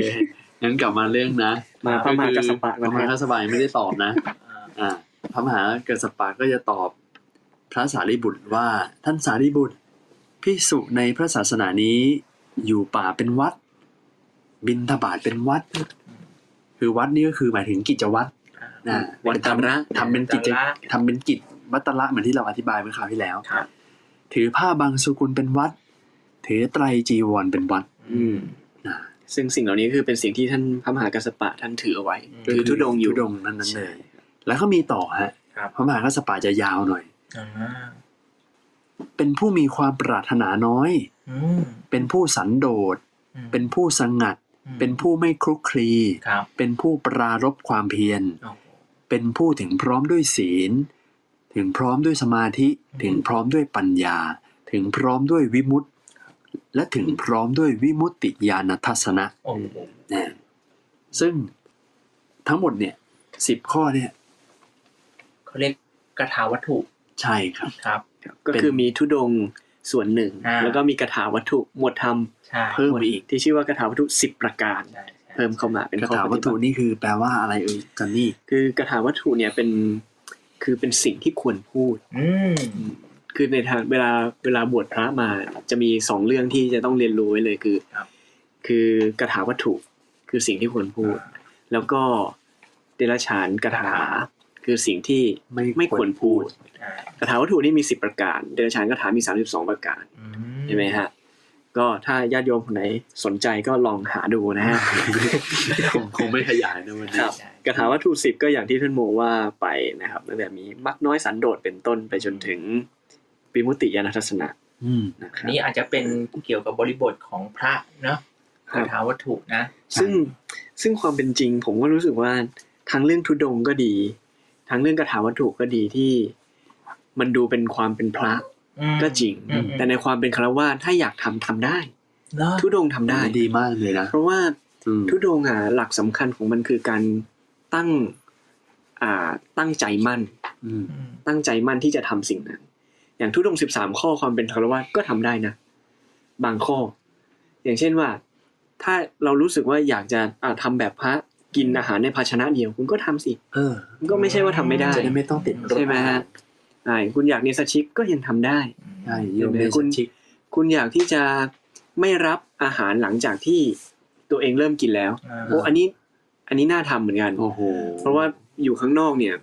S2: งั้นกลับมาเรื่องนะ
S3: มาพระมหากัสสปะ
S2: พ
S3: ก่อ
S2: ระ
S3: น
S2: มหา
S3: นะ
S2: กัสสปะยังไม่ได้ตอบนะ
S1: อ่า
S2: อ่า พระมหากัสสปะก็จะตอบพระสารีบุตรว่าท่านสารีบุตรพิสุในพระศาสนานี้อยู่ป่าเป็นวัด บินทบาทเป็นวัด คือวัดนี่ก็คือหมายถึงกิจวัตร
S1: อ่า
S2: นะ
S3: วันตามระ
S2: ทำเป็นกิจ
S1: วัตระ
S2: ทำเป็นกิจวัตระเหมือนที่เราอธิบายเมื่อคราวที่แล้ว
S1: ครับ
S2: ถือผ้าบางสุกุลเป็นวัด ถือไตรจีวรเป็นวัด
S3: อืม
S2: นะ
S3: ซึ่งสิ่งเหล่านี้คือเป็นสิ่งที่ท่านพระมหากัสสปะท่านถือเอาไว้
S1: อืม
S3: ถือธุดงค์อยู่
S2: ธุดงค์นั้นนั้นๆเล
S3: ใช่
S2: ย แล้วก็มีต่อฮะ
S1: ครับ
S2: พระมหากัสสปะจะยาวหน่อย
S1: อ่า
S2: เป็นผู้มีความปรารถนาน้อย
S1: อืม
S2: เป็นผู้สันโดษ
S1: อืม
S2: เป็นผู้สงัด
S1: อืม
S2: เป็นผู้ไม่คลุกคลี
S1: ครับ
S2: เป็นผู้ปรารบความเพียร
S1: โอ้โห
S2: เป็นผู้ถึงพร้อมด้วยศีล ถึงพร้อมด้วยสมาธิ
S1: อืม
S2: ถึงพร้อมด้วยปัญญา ถึงพร้อมด้วยวิมุตติ และถึงพร้อมด้วยวิมุตติญาณทัศนะ
S1: โอ้โห
S2: นะซึ่งทั้งหมดเนี่ยสิบข้อเนี่ย
S1: เขาเรียกกระถาวัตถุ
S2: ใช่ครับ
S1: ครับ
S3: ครับก็คือมีธุดงค์ส่วนหนึ่ง
S1: อ่า
S3: แล้วก็มีคาถาวัตถุหมวดธรรม
S1: ใช่
S2: เพิ่มไปอีก
S3: ที่ชื่อว่าคาถาวัตถุสิบประการ
S1: ใช่ใช่
S3: เพิ่มเข้ามาเป็น
S2: คา
S3: ข้อ
S2: ถา
S3: ปฏิ
S2: วัต
S3: บัติ
S2: ถุนี่คือแปลว่าอะไรเอ่ยจันนี่
S3: คือกระถาวัตถุเนี่ยเป็นคือเป็นสิ่งที่ควรพูด
S1: อืม
S3: คือในทางเวลาเวลาบวชพระมาจะมีสองเรื่องที่จะต้องเรียนรู้ไว้เลยคือคือกระถาวัตถุคือสิ่งที่ควรพูด แล้วก็เดรัจฉานกระถาคือสิ่งที่
S2: ไม่
S3: ไม่ควรพูด
S2: ควรพู
S1: อ่า
S3: คาถาวัตถุนี่มีสิบประการเดรัจฉานกระถามีสามสิบสองประการ
S1: อื
S3: ใช่ไหมฮะก็ถ้าญาติโยมคนไหนสนใจก็ลองหาดูนะฮะ
S2: คงคงไม่ขยายนะวันนี้
S3: ครับ
S1: ใช่
S3: กระถาวัตถุสิบก็อย่างที่ท่านโมว่าไปนะครับตั้งแต่มีมักน้อยสันโดษเป็นต้นไปจนถึงปิมุติยานัทสนะ
S2: อืม
S3: นะค
S1: อั
S3: รั
S1: น
S3: บ
S1: นี้อาจจะเป็นเกี่ยวกับบริบทของพระเนาะ
S3: ครั
S1: กา
S3: บ
S1: ถาวัตถุนะ
S3: ซึ่งซึ่งความเป็นจริง ผมก็รู้สึกว่าทั้งเรื่องทุดงค์ก็ดี ทั้งเรื่องกระถาวัตถุก็ดีที่ มันดูเป็นความเป็นพระ
S1: อืม
S3: ก็จริง
S1: อืม
S3: แต่ในความเป็นคารวะถ้าอยากทำทำได้
S1: เนอะ
S3: ทุดงค์ทำได้
S2: ดีมากเลยนะ
S3: เพราะว่า
S2: อืม
S3: ทุดงค์อ่ะหลักสำคัญของมันคือการตั้งอ่าตั้งใจมั่น
S2: อืม
S1: อืม
S3: ตั้งใจมั่นที่จะทำสิ่งนั้น อย่างทุดงสิบสามข้อความเป็นคารวะก็ทำได้นะ บางข้อ อย่างเช่นว่า ถ้าเรารู้สึกว่าอยากจะอ่าทำแบบพระกินอาหารในภาชนะเดียว คุณก็ทำสิ
S2: เออ
S3: คุณก็ไม่ใช่ว่าทำไม่ได้
S2: จะได้ไม่ต้องติดรถ
S3: ใช่ไหมฮะอ่าคุณอยากเนสชิกก็ยังทำได้
S2: ใช่โยมเน
S3: คุ
S2: ส
S3: ณ
S2: ชิก
S3: คุณอยากที่จะไม่รับอาหารหลังจากที่ตัวเองเริ่มกินแล้ว
S1: อ่า
S3: โอ้อันนี้ อันนี้น่าทำเหมือนกัน
S2: โอ้โห
S3: เพราะว่าอยู่ข้างนอกเนี่ย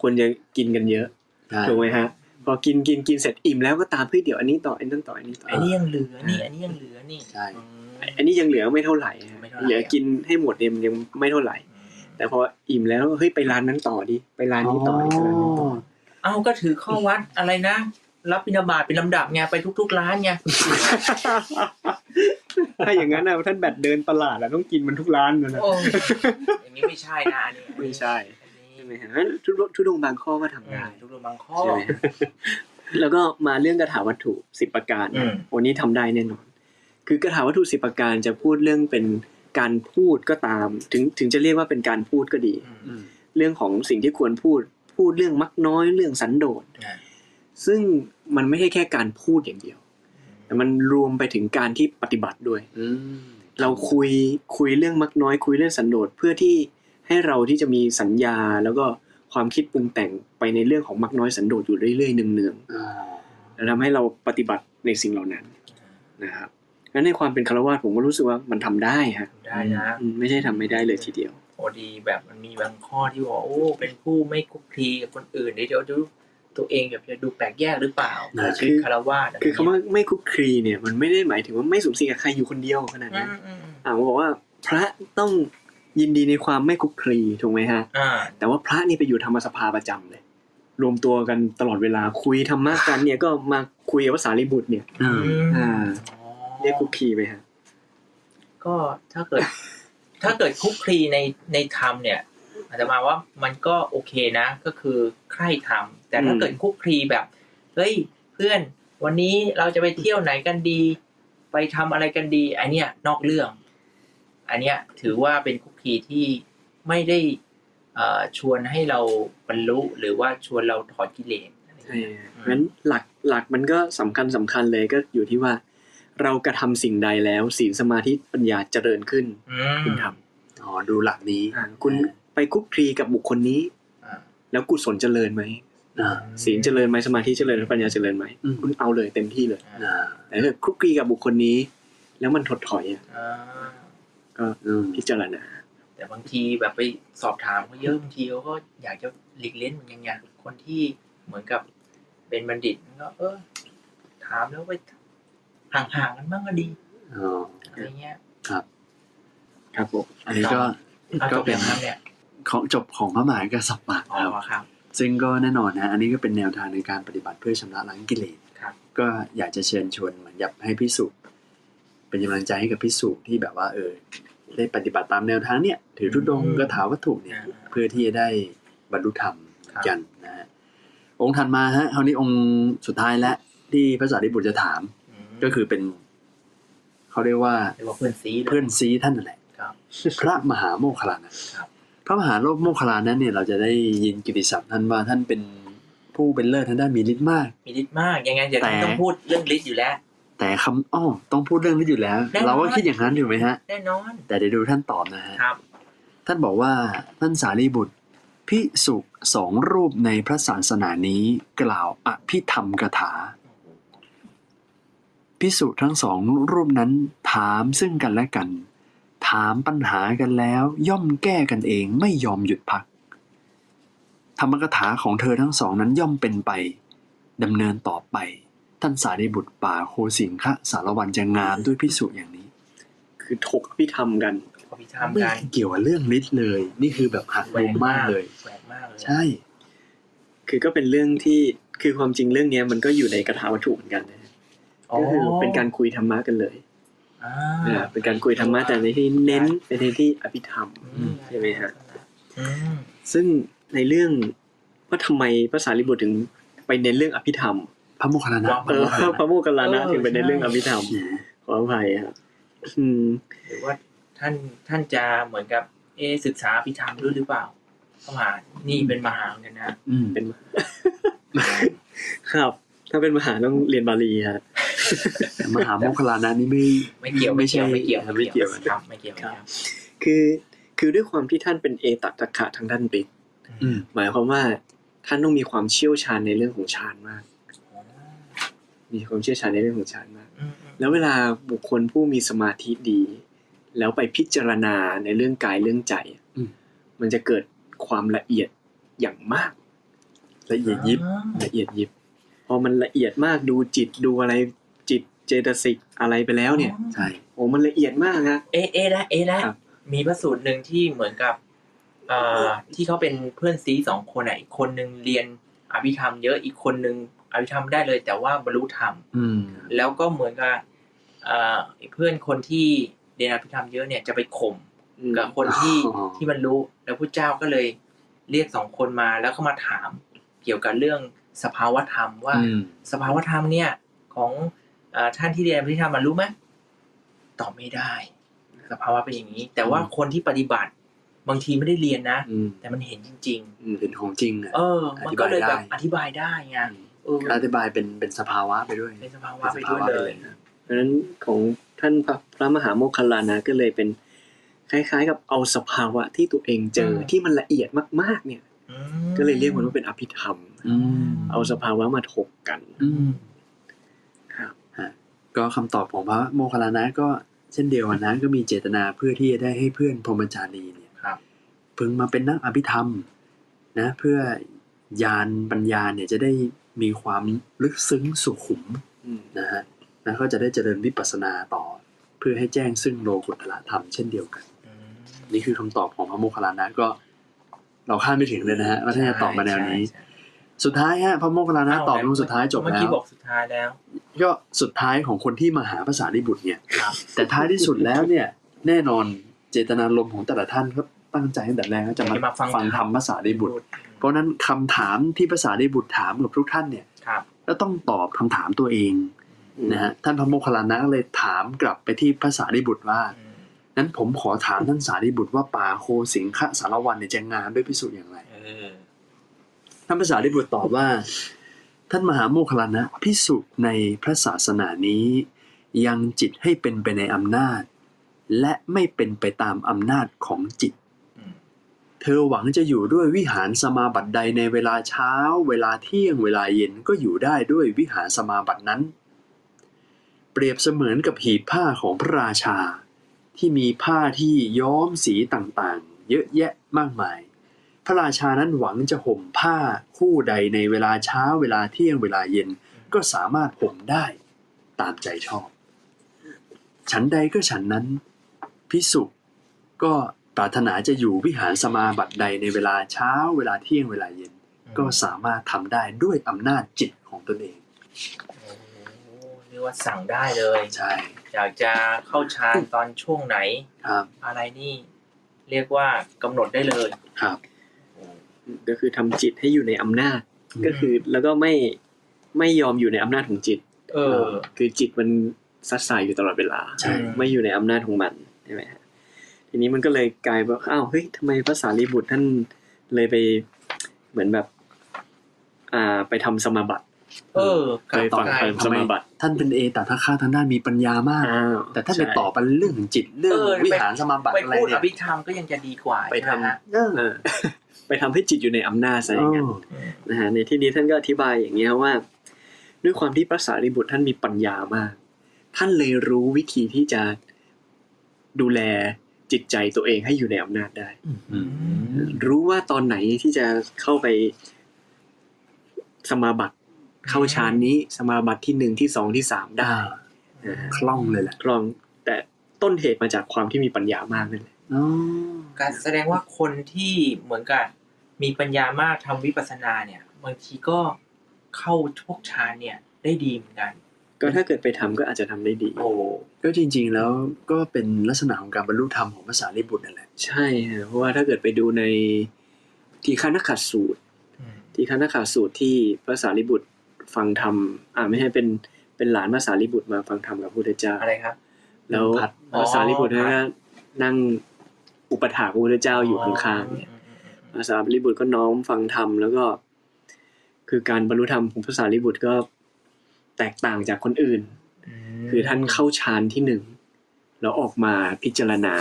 S3: คนจะกินกันเยอะ
S2: ใช่
S3: ถูกไหมฮะพอกินกินกินเสร็จอิ่มแล้วก็ตามเฮ้ยเดี๋ยวอันนี้ต่ออันนั้นต่ออันนี้ต่อ
S1: ไอันนี้ยังเหลือนี่อันนี้ยังเหลือนี่
S2: ใช่
S1: อืม
S3: อันนี้ยังเหลือไม่เท่าไหร่ฮะ
S1: ไม่เท่าไหร่
S3: เหลือกินให้หมดเนี่ยมันยังไม่เท่าไหร่ แต่พออิ่มแล้วเฮ้ยไปร้านนั้นต่อดิไปร้านนี้ต่อดิไปร้านนี้ต่อ
S1: เอ้าก็ถือข้อวัดอะไรนะ รับบิณฑบาตเป็นลำดับไงไปทุก ๆ ร้านไง
S3: ถ้าอย่างนั้นนะท่านแบตเดินตลาดอะต้องกินมันทุกร้านเลยนะ
S1: โอ้ยอย่างนี้ไม่ใช่นะอันนี้
S3: ไม่ใช่
S1: อันนี้
S3: ใช่ไหมฮะงั้นทุดงทุดงบางข้อก็ทำ
S1: อื
S3: ได้
S1: มทุกๆบางข้อ
S3: ใช่ไหมฮะแล้วก็มาเรื่องกระถาวัตถุสิบประการ
S1: อืม
S3: วันนี้ทำได้แน่นอน คือกระถาวัตถุสิบประการจะพูดเรื่องเป็นการพูดก็ตาม ถึงถึงจะเรียกว่าเป็นการพูดก็ดี
S1: อืม
S3: เรื่องของสิ่งที่ควรพูด พูดเรื่องมักน้อยเรื่องสันโดษ
S1: อ่า
S3: ซึ่งมันไม่ใช่แค่การพูดอย่างเดียว แต่มันรวมไปถึงการที่ปฏิบัติด้วย
S2: อืม
S3: เราคุยคุยเรื่องมักน้อย คุยเรื่องสันโดษเพื่อที่ให้เราที่จะมีสัญญาแล้วก็ความคิดปรุงแต่งไปในเรื่องของมักน้อยสันโดษอยู่เรื่อยๆเนือง
S2: อ่า
S3: ๆแล้วทำให้เราปฏิบัติในสิ่งเหล่านั้นนะครับงั้นในความเป็นคารวะผมก็รู้สึกว่ามันทำได้ฮะ
S1: ได้นะ
S3: อืมไม่ใช่ทำไม่ได้เลยทีเดียว
S1: โอดีแบบมันมีบางข้อที่บอกโอ้เป็นผู้ไม่คุกคลีกับคนอื่นเดี๋ยวเดี๋ยวตัวเองแบบจะดูแปลกแยกหรือเปล่าชื่อคารวาส
S3: คือคำว่าไม่คุกคลีเนี่ยมันไม่ได้หมายถึงว่าไม่สูงสิงกับใครอยู่คนเดียวขนาด
S1: อื
S3: นั้น
S1: มอืมอืม
S3: อ่าบอกว่าพระต้องยินดีในความไม่คุกคลีถูกไหมฮะ
S1: อ่า
S3: แต่ว่าพระนี่ไปอยู่ธรรมสภาประจำเลย รวมตัวกันตลอดเวลาคุยธรรมะกันเนี่ยก็มาคุยกับภาษาลิบุตรเนี่ย
S2: อืม
S1: อืม
S3: อ่า
S1: อ๋อ
S3: เรียกคุกคลีไหมฮะ
S1: ก็ถ้าเกิด <laughs> ถ้าเกิดคุกคลีในในธรรมเนี่ยอาจจะมาว่ามันก็โอเคนะ ก็คือใคร่ธรรมแต่ถ้า
S3: อืม
S1: เกิดคุกคลีแบบเฮ้ยเพื่อน วันนี้เราจะไปเที่ยวไหนกันดี ไปทำอะไรกันดีอันเนี้ยนอกเรื่อง อันเนี้ยถือว่าเป็นคุกคลีที่ไม่ได้เอ่อชวนให้เราบรรลุหรือว่าชวนเราถอดกิเลสอะไรอย่าง
S3: ใช่
S1: เงี้ย ม
S3: งั้นหลักหลักมันก็สำคัญสำคัญเลยก็อยู่ที่ว่า เรากระทำสิ่งใดแล้วศีลสมาธิปัญญาเจริญขึ้น
S1: อื
S3: คุณ
S1: ม
S3: ท
S2: อ๋อดูหลักนี้
S3: ำอ่าคุณไปคุกคลีกับบุคคลนี้
S1: อ่า
S3: แล้วกุศลเจริญไหม
S2: อ่า
S3: ศีลเจริญไหมสมาธิเจริญไหมปัญญาเจริญไหม
S2: อืม
S3: คุณเอาเลยเต็มที่เลย
S1: อ่า
S2: อ่า
S3: แต่ถ้าเกิดคลุกคลีกับบุคคลนี้ แล้วมันถดถอยอะ
S1: อ่า
S3: ก็
S2: อืม
S3: พิจารณา
S1: แต่ แต่บางทีแบบไปสอบถามเขาเยอะบางทีเขาก็อยากจะหลีกเล่นเหมือนกันไงคนที่เหมือนกับเป็นบัณฑิตมันก็ เออ ถามแล้วไปห่างๆกันบ้างก็ดี
S2: อ๋อ
S1: อะไรเงี้ย
S3: ครับผม
S2: อันนี้ก็
S1: เอา
S2: ก็
S1: จบ
S2: เป็
S1: อน ย่างนั้นเนี่ย
S2: ของจบของพระมหากษัตริย์ปาก
S1: อ๋
S2: ครับ
S1: อครับ
S2: ซึ่งก็แน่นอนนะ อันนี้ก็เป็นแนวทางในการปฏิบัติเพื่อชำระล้างกิเลส
S1: ครับ
S2: ก็อยากจะเชิญชวนเหมือนอยากให้พิสูจน์เป็นกำลังใจให้กับพิสูจน์ที่แบบว่า เออ ได้ปฏิบัติตามแนวทางเนี่ย ถือทุดงค์ก็ถาวัตถุเนี่ย เพื่อที่จะได้บรรลุธรรมกันนะฮะองค์ถัดมาฮะคราวนี้องค์สุดท้ายและที่พระสารีบุตรจะถาม
S1: ม
S2: ก็คือเป็นเขาเรียกว่า
S1: เรียกว่าเพื่อนซีลย
S2: เพื่อนซีท่านนั่นแหละ
S1: ครับ
S2: พระมหาโมคคลลานะครับ พระมหาโลกโมคคลลานั้นเนี่ยเราจะได้ยินกิตติศัพท์ท่านว่าท่านเป็นผู้เป็นเลิศทางด้านมีฤทธิ์มาก
S1: มีฤทธิ์มากยังไงเดี๋ยว
S2: แต่
S1: ต้องพูดเรื่องฤทธิ์อยู่แล้ว
S2: แต่คำอ้อต้องพูดเรื่องนี้อยู่แล้ว
S1: แน่นอน
S2: เราก็คิดอย่างนั้นอยู่ไหมฮะ
S1: แน่นอน
S2: แต่เดี๋ยวดูท่านตอบนะฮะ
S1: ครับ
S2: ท่านบอกว่าท่านสารีบุตรพิสุสองรูปในพระศาสนานี้กล่าวอภิธรรมกถา พิสุทั้งสองรูปนั้นถามซึ่งกันและกัน ถามปัญหากันแล้ว ย่อมแก้กันเองไม่ยอมหยุดพัก ธรรมกถาของเธอทั้งสองนั้นย่อมเป็นไปดำเนินต่อไป ท่านสารีบุตรป่าโคสิงคะสารวันจะงามด้วยพิสุอย่างนี้
S3: คือถกพิธรรมกัน
S1: พอพิธามการ
S2: เกี่ยวกับเรื่องฤทธิ์เลย นี่คือแบบหักมุมมากเลย
S1: แหวกมากเลย
S2: ใช่
S3: คือก็เป็นเรื่องที่คือความจริงเรื่องเนี้ยมันก็อยู่ในกถาวัตถุเหมือนกันนะก็คือเป็นการคุยธรรมะกันเลย
S1: อ่า
S3: อ่าเป็นการคุยธรรมะแต่ในที่เน้นเป็นในที่อภิธรรม
S1: อืม
S3: ใช่ไหมฮะ
S1: อืม
S3: ซึ่งในเรื่องว่าทำไมภาษาลิบุตรถึงไปเน้นเรื่องอภิธรรม
S2: พระโมคคัลลานะ
S3: เออพระโมคคัลลานะถึงไปเน้นเรื่องอภิธรรม
S2: แหม
S3: ขออภัยครับ <laughs> อืม
S1: หรือว่าท่านท่านจะเหมือนกับ เอะศึกษาพิธามด้วยหรือเปล่าเข้ามานี่เป็นมหาเหมือนกัน
S2: <laughs>
S1: นะ
S2: อืม
S3: ครับ ถ้าเป็นมหาต้องเรียนบาลีฮะ
S2: <laughs> มหาโมคคลลานะนี่ไม่
S1: ไม่เกี่ยว
S2: ไม่
S1: ไม่
S2: ใช่
S1: เกี่ยวไม่เกี่ยว
S2: ไม่เกี่ยว
S1: ครับไม่เกี่ยว
S3: ครับ
S1: ครับ
S3: คือคือด้วยความที่ท่านเป็นเอตัตตะขะทางด้านปิด
S2: อืม
S3: หมายความว่าท่านต้องมีความเชี่ยวชาญในเรื่องของฌานมาก มีความเชี่ยวชาญในเรื่องของฌานมาก แล้วเวลาบุคคลผู้มีสมาธิดี แล้วไปพิจารณาในเรื่องกายเรื่องใจอะ
S2: อืม
S3: มันจะเกิดความละเอียดอย่างมาก
S2: ละเอียดยิบ
S3: ละเอียดยิบ พอมันละเอียดมากดูจิตดูอะไรจิตเจตสิกอะไรไปแล้วเนี่ย
S2: ใช่
S3: โอ้มันละเอียดมากนะ
S1: เอะเอะนะเอะนะครับ มีพระสูตรหนึ่งที่เหมือนกับเอ่อที่เขาเป็นเพื่อนซีสองคนอ่ะอีกคนหนึ่งเรียนอภิธรรมเยอะอีกคนหนึ่งอภิธรรมได้เลย แต่ว่าบรรลุธรรม
S2: อืม
S1: แล้วก็เหมือนกับเอ่อไอ้เพื่อนคนที่เรียนอภิธรรมเยอะเนี่ยจะไปข่ม
S3: อืม
S1: กับคนที่
S2: อ๋อ
S1: ที่มันรู้แล้วพระเจ้าก็เลยเรียกสองคนมาแล้วก็มาถามเกี่ยวกับเรื่องสภาวธรรมว่า
S2: อืม
S1: สภาวธรรมเนี่ยของเออท่านที่เรียนปฏิธรรมมันรู้ไหมตอบไม่ได้ สภาวะเป็นอย่างนี้ แต่ว่า
S2: อืม
S1: คนที่ปฏิบัติ บางทีไม่ได้เรียนนะ
S2: อืม
S1: แต่มันเห็นจริง
S3: อืม
S2: เห็นของจริงอ่ะ
S1: ๆ เออ มันก็เลยแบบ
S2: อ
S1: อ
S2: ธิ
S1: ธิ
S2: บา
S1: บาย ย
S2: ได้
S1: ได้ไงเออ
S2: อธิบายเป็นเป็นสภาวะไปด้วย
S1: เป็นสภาวะไปด้วยเลย
S3: เพราะฉะนั้นของท่านพระพระมหาโมคคัลลานะก็เลยเป็น คล้ายๆ กับเอาสภาวะที่ตัวเองเจออ
S1: ม
S3: ที่มันละเอียดมากๆ เนี่ย
S1: อื
S3: ก็เลยเรียกมันว่าเป็นอภิธรรม
S2: อืม
S3: เอาสภาวะมาถกกัน
S2: อืม
S3: ครับ
S2: ฮะก็คำตอบของพระโมคคัลลานะก็เช่นเดียวกันนะก็มีเจตนาเพื่อที่จะได้ให้เพื่อนพรหมจารีเนี่ย
S1: ครับ
S2: พึงมาเป็นนักอภิธรรมนะเพื่อญาณปัญญาเนี่ยจะได้มีความลึกซึ้งสุขุม
S3: อืม
S2: นะฮะแล้วก็จะได้เจริญวิปัสสนาต่อ เพื่อให้แจ้งซึ่งโลกุตละธรรมเช่นเดียวกัน
S1: อืม
S2: นี่คือคำตอบของพระโมคคัลลานะก็ เราคาดไม่ถึงเลยนะฮะว่าท่านจะตอบมาแนวนี้
S1: ใช่ใช่
S2: สุดท้ายฮะพระโมคคัลลานะ
S1: เา
S2: ตอบลงสุดท้ายจบ
S1: เมื่อ
S2: แล้
S1: กี้
S2: ว
S1: บอกสุดท้ายแล้ว
S2: ก็สุดท้ายของคนที่มาหาภาษาริบุตรเนี่ย
S1: ครับ
S2: แต่ท้ายที่สุดแล้วเนี่ยแน่นอนเจตนารมณ์ของแต่ละท่านก็ตั้งใจตั้งแต่แรกก็จะ
S1: จะ
S2: มา
S1: มาฟัง
S2: ฟังธรรมภาษาริบุตร เพราะฉะนั้นคำถามที่ภาษาได้บุตรถามกับทุกท่านเนี่ย
S1: ครับ
S2: ก็ต้องตอบคำถามตัวเองนะฮะท่านพระโมคคัลลานะก็เลยถามกลับไปที่ภาษาได้บุตรว่า
S1: อืม
S2: นั้นผมขอถามท่านสารีบุตรว่าป่าโคสิงคะสารวันเนี่ยจะงามด้วยพิสูจน์อย่างไร
S1: เออ
S2: ท่านภาษาได้บุตรตอบว่า ท่านมหาโมคคัลลานะพิสุในพระศาสนานี้ ยังจิตให้เป็นไปในอำนาจ และไม่เป็นไปตามอำนาจของจิต
S1: อืม
S2: เธอหวังจะอยู่ด้วยวิหารสมาบัติใดในเวลาเช้า เวลาเที่ยง เวลาเย็นก็อยู่ได้ด้วยวิหารสมาบัตินั้น เปรียบเสมือนกับหีบผ้าของพระราชา ที่มีผ้าที่ย้อมสีต่างๆ เยอะแยะมากมาย พระราชานั้นหวังจะห่มผ้าคู่ใดในเวลาเช้าเวลาเที่ยงเวลาเย็น ก็สามารถห่มได้ตามใจชอบ ฉันใดก็ฉันนั้นพิสุก็ปรารถนาจะอยู่วิหารสมาบัติใดในเวลาเช้าเวลาเที่ยงเวลาเย็น ก็สามารถทำได้ด้วยอำนาจจิตของตนเอง
S1: โอ้โหเรียกว่าสั่งได้เลย
S2: ใช่
S1: อยากจะเข้าฌานตอนช่วงไหน
S2: ครับ
S1: อะไรนี่ เรียกว่ากำหนดได้เลย
S2: ครับ
S3: ก็คือทำจิตให้อยู่ในอำนาจ ก็คือแล้วก็ไม่ไม่ยอมอยู่ในอำนาจของจิต
S1: เออ
S3: คือจิตมันซัดสายอยู่ตลอดเวลา
S2: ใช่
S3: ไม่อยู่ในอำนาจของมันใช่ไหมฮะทีนี้มันก็เลยกลายว่าอ้าวเฮ้ยทำไมพระสารีบุตรท่านเลยไปเหมือนแบบ อ่า ไปทำสมาบัติ
S1: เออ
S3: ไป
S1: กลับ
S3: ฝัง
S1: มา
S3: ไป สมาบัติ
S2: ท่านเป็นเอตัทคาทางด้านมีปัญญามาก
S3: อ้าว
S2: แต่ถ้าไป
S3: ใช่
S2: ต่อไปเรื่องของจิตเรื่องวิหารสมาบัติ
S1: ไป
S2: อะไร
S1: พูด
S2: เนี่
S1: อย ภิธรรมก็ยังจะดีกว่า
S3: ไปทำ
S1: ใช่หมฮะ
S2: เออ
S3: เออ ไปทำให้จิตอยู่ในอำนาจซะอย่างนั้น
S1: อืม
S3: นะฮะในที่นี้ท่านก็อธิบายอย่างเงี้ยว่า ด้วยความที่พระสารีบุตรท่านมีปัญญามาก ท่านเลยรู้วิธีที่จะดูแลจิตใจตัวเองให้อยู่ในอำนาจได้
S2: อืม
S3: รู้ว่าตอนไหนที่จะเข้าไปสมาบัติเข้าฌานนี้สมาบัติที่หนึ่งที่สองที่สามได้
S2: ได้
S3: นะฮะ
S2: คล่องเลยแหละ
S3: ลองแต่ต้นเหตุมาจากความที่มีปัญญามากนั่นแหละ
S2: อ๋อ
S1: การแสดงว่าคนที่เหมือนกับมีปัญญามากทำวิปัสสนาเนี่ยบางทีก็เข้าพวกฌานเนี่ยได้ดีเหมือนกัน
S3: ก็ถ้าเกิดไปทำก็อาจจะทำได้ดี
S1: โอ้
S2: ก็จริง ๆ แล้วก็เป็นลักษณะของการบรรลุธรรมของภาษาลิบุตรนั่นแหละ
S3: ใช่ฮะเพราะว่าถ้าเกิดไปดูในทีฆานักขัดสูตร
S1: อืม
S3: ที่คณะข่าวสูตรที่พระสารีบุตรฟังธรรมอ่าไม่ใช่เป็นเป็นหลานพระสารีบุตรมาฟังธรรมกับพระพุทธเจ้า
S1: อะไรครับ
S3: แล้ว
S2: ผัด
S3: พระสารีบุตรนั้นก็นั่งอุปถากพระพุทธเจ้าอยู่ข้างๆเนี่ยพระสารีบุตรก็น้อมฟังธรรมแล้วก็ คือการบรรลุธรรมของพระสารีบุตรก็แตกต่างจากคนอื่น
S1: ม
S3: คือท่านเข้าฌานที่หนึ่งแล้วออกมาพิจารณา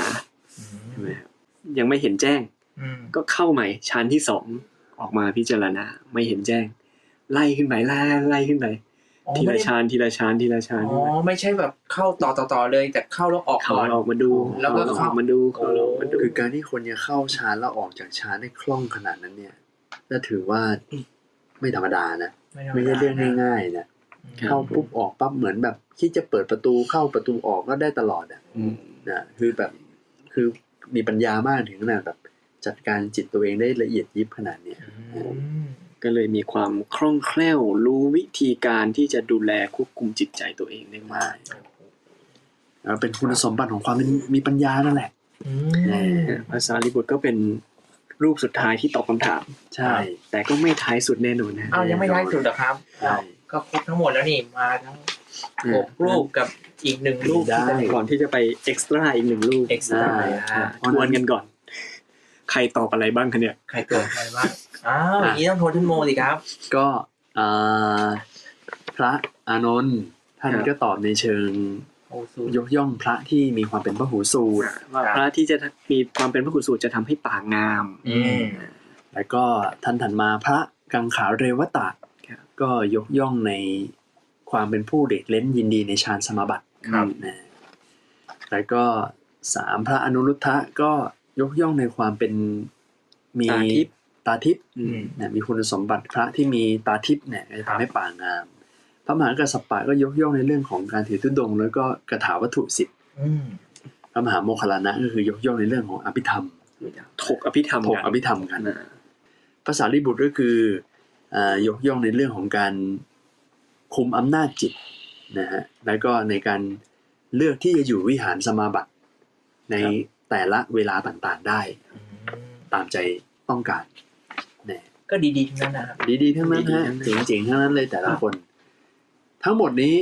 S1: อืม
S3: ใช่ไหมครับยังไม่เห็นแจ้ง
S1: อืม
S3: ก็เข้าใหม่ชั้นที่สองออกมาพิจารณาไม่เห็นแจ้ง ไล่ขึ้นไปไล่ไล่ขึ้นไป
S1: อ๋อ
S3: ที
S1: ไม่
S3: ละ
S1: ได้
S3: ชั้นทีละชั้นทีละชั้น
S1: อ๋อไม่ใช่แบบเข้าต่อต่อต่อเลย แต่เข้าแล้วออก
S3: เขา
S1: ก่อน
S3: ออกมาดู
S1: แล้วก็
S3: เขาอ
S1: เข้า
S3: อกมาดูเขาออกมาดู
S2: คือการที่คนจะเข้าฌานแล้วออกจากฌานได้คล่องขนาดนั้นเนี่ยก็ถือว่าไม่ธรรมดานะ ไม่ใช่เรื่องง่ายๆนะ
S1: ครับ
S2: เข้าปุ๊บออกปั๊บเหมือนแบบที่จะเปิดประตูเข้าประตูออกก็ได้ตลอดอ่ะ
S3: อืม
S2: นะคือแบบคือมีปัญญามากถึงขนาดแบบจัดการจิตตัวเองได้ละเอียดยิบขนาดเนี้ย
S1: อืม
S3: ก็เลยมีความคล่องแคล่วรู้วิธีการที่จะดูแลควบคุมจิตใจตัวเองได้มาก
S2: แล้วเป็นคุณสมบัติของความเป็นมีปัญญานั่นแหละ
S1: อื
S2: นะ
S1: ม
S3: ภาษาลิบุตรก็เป็นรูปสุดท้ายที่ตอบคำถาม
S2: ใช่
S3: แต่ก็ไม่ท้ายสุดแน่นอนนะ
S1: อ้าวยังไม่ท้ายสุดเหรอครับ
S2: ใช่
S1: ก็ครบทั้งหมดแล้วนี่มาทั้ง
S3: อ่า
S1: หกรูปกับอีกหนึ่งรูป
S2: ได้
S1: ที่จะ
S3: ก่อนที่จะไปเอ็กซ์ตร้าอีกหนึ่งรูป
S1: เอ็กซ์ตร้า
S2: ได้
S1: อ่า
S3: ทวนกันก่อน ใครตอบอะไรบ้างคะเนี่ย
S1: ใครเกิดใครบ้างอ้าวอย่างนี้ต้องโทรท่านโมสิครับ
S2: ก็อ่าพระอานนท์ท่าน
S3: ครับ
S2: ก็ตอบในเชิง
S1: โอ้สู
S2: ยกย่องพระที่มีความเป็นพระหูสูตร
S3: ว่าพระที่จะมีความเป็นพระคุณสูตรจะทำให้ป่างาม
S1: อืม
S2: แล้วก็ท่านถัดมาพระกังขาเรวตะ
S3: ครับ
S2: ก็ยกย่องในความเป็นผู้เด็กเล่นยินดีในฌานสมาบัติ
S1: ครับ
S2: นะแล้วก็สามพระอนุรุทธะก็ยกย่องในความเป็นมี
S3: ตาทิพย์
S2: ตาทิพย์
S3: อืม
S2: นะมีคุณสมบัติพระที่มีตาทิพย์เนี่ยจะทำให้ป่างาม พระมหากัสสปะก็ยกย่องในเรื่องของการถือธุดงค์แล้วก็กระถาวัตถุสิบ
S1: อืม
S2: พระมหาโมคคัลลานะก็คือยกย่องในเรื่องของอภิธรรม
S3: ถกอภิธรรม
S2: ถก
S3: กัน
S2: อภิธรรมกัน
S3: อ่า
S2: ภาษาลิบุตรก็คือเออยกย่องในเรื่องของการคุมอำนาจจิตนะฮะแล้วก็ในการเลือกที่จะอยู่วิหารสมาบัติ ในแต่ละเวลาต่างๆได้
S1: อืม
S2: ตามใจต้องการนะ
S1: ก็ดีๆทั้งนั้นนะครับ
S2: ดีๆทั้งนั้นฮะเจ๋งๆทั้งนั้นเลยแต่ละคน ทั้งหมดนี้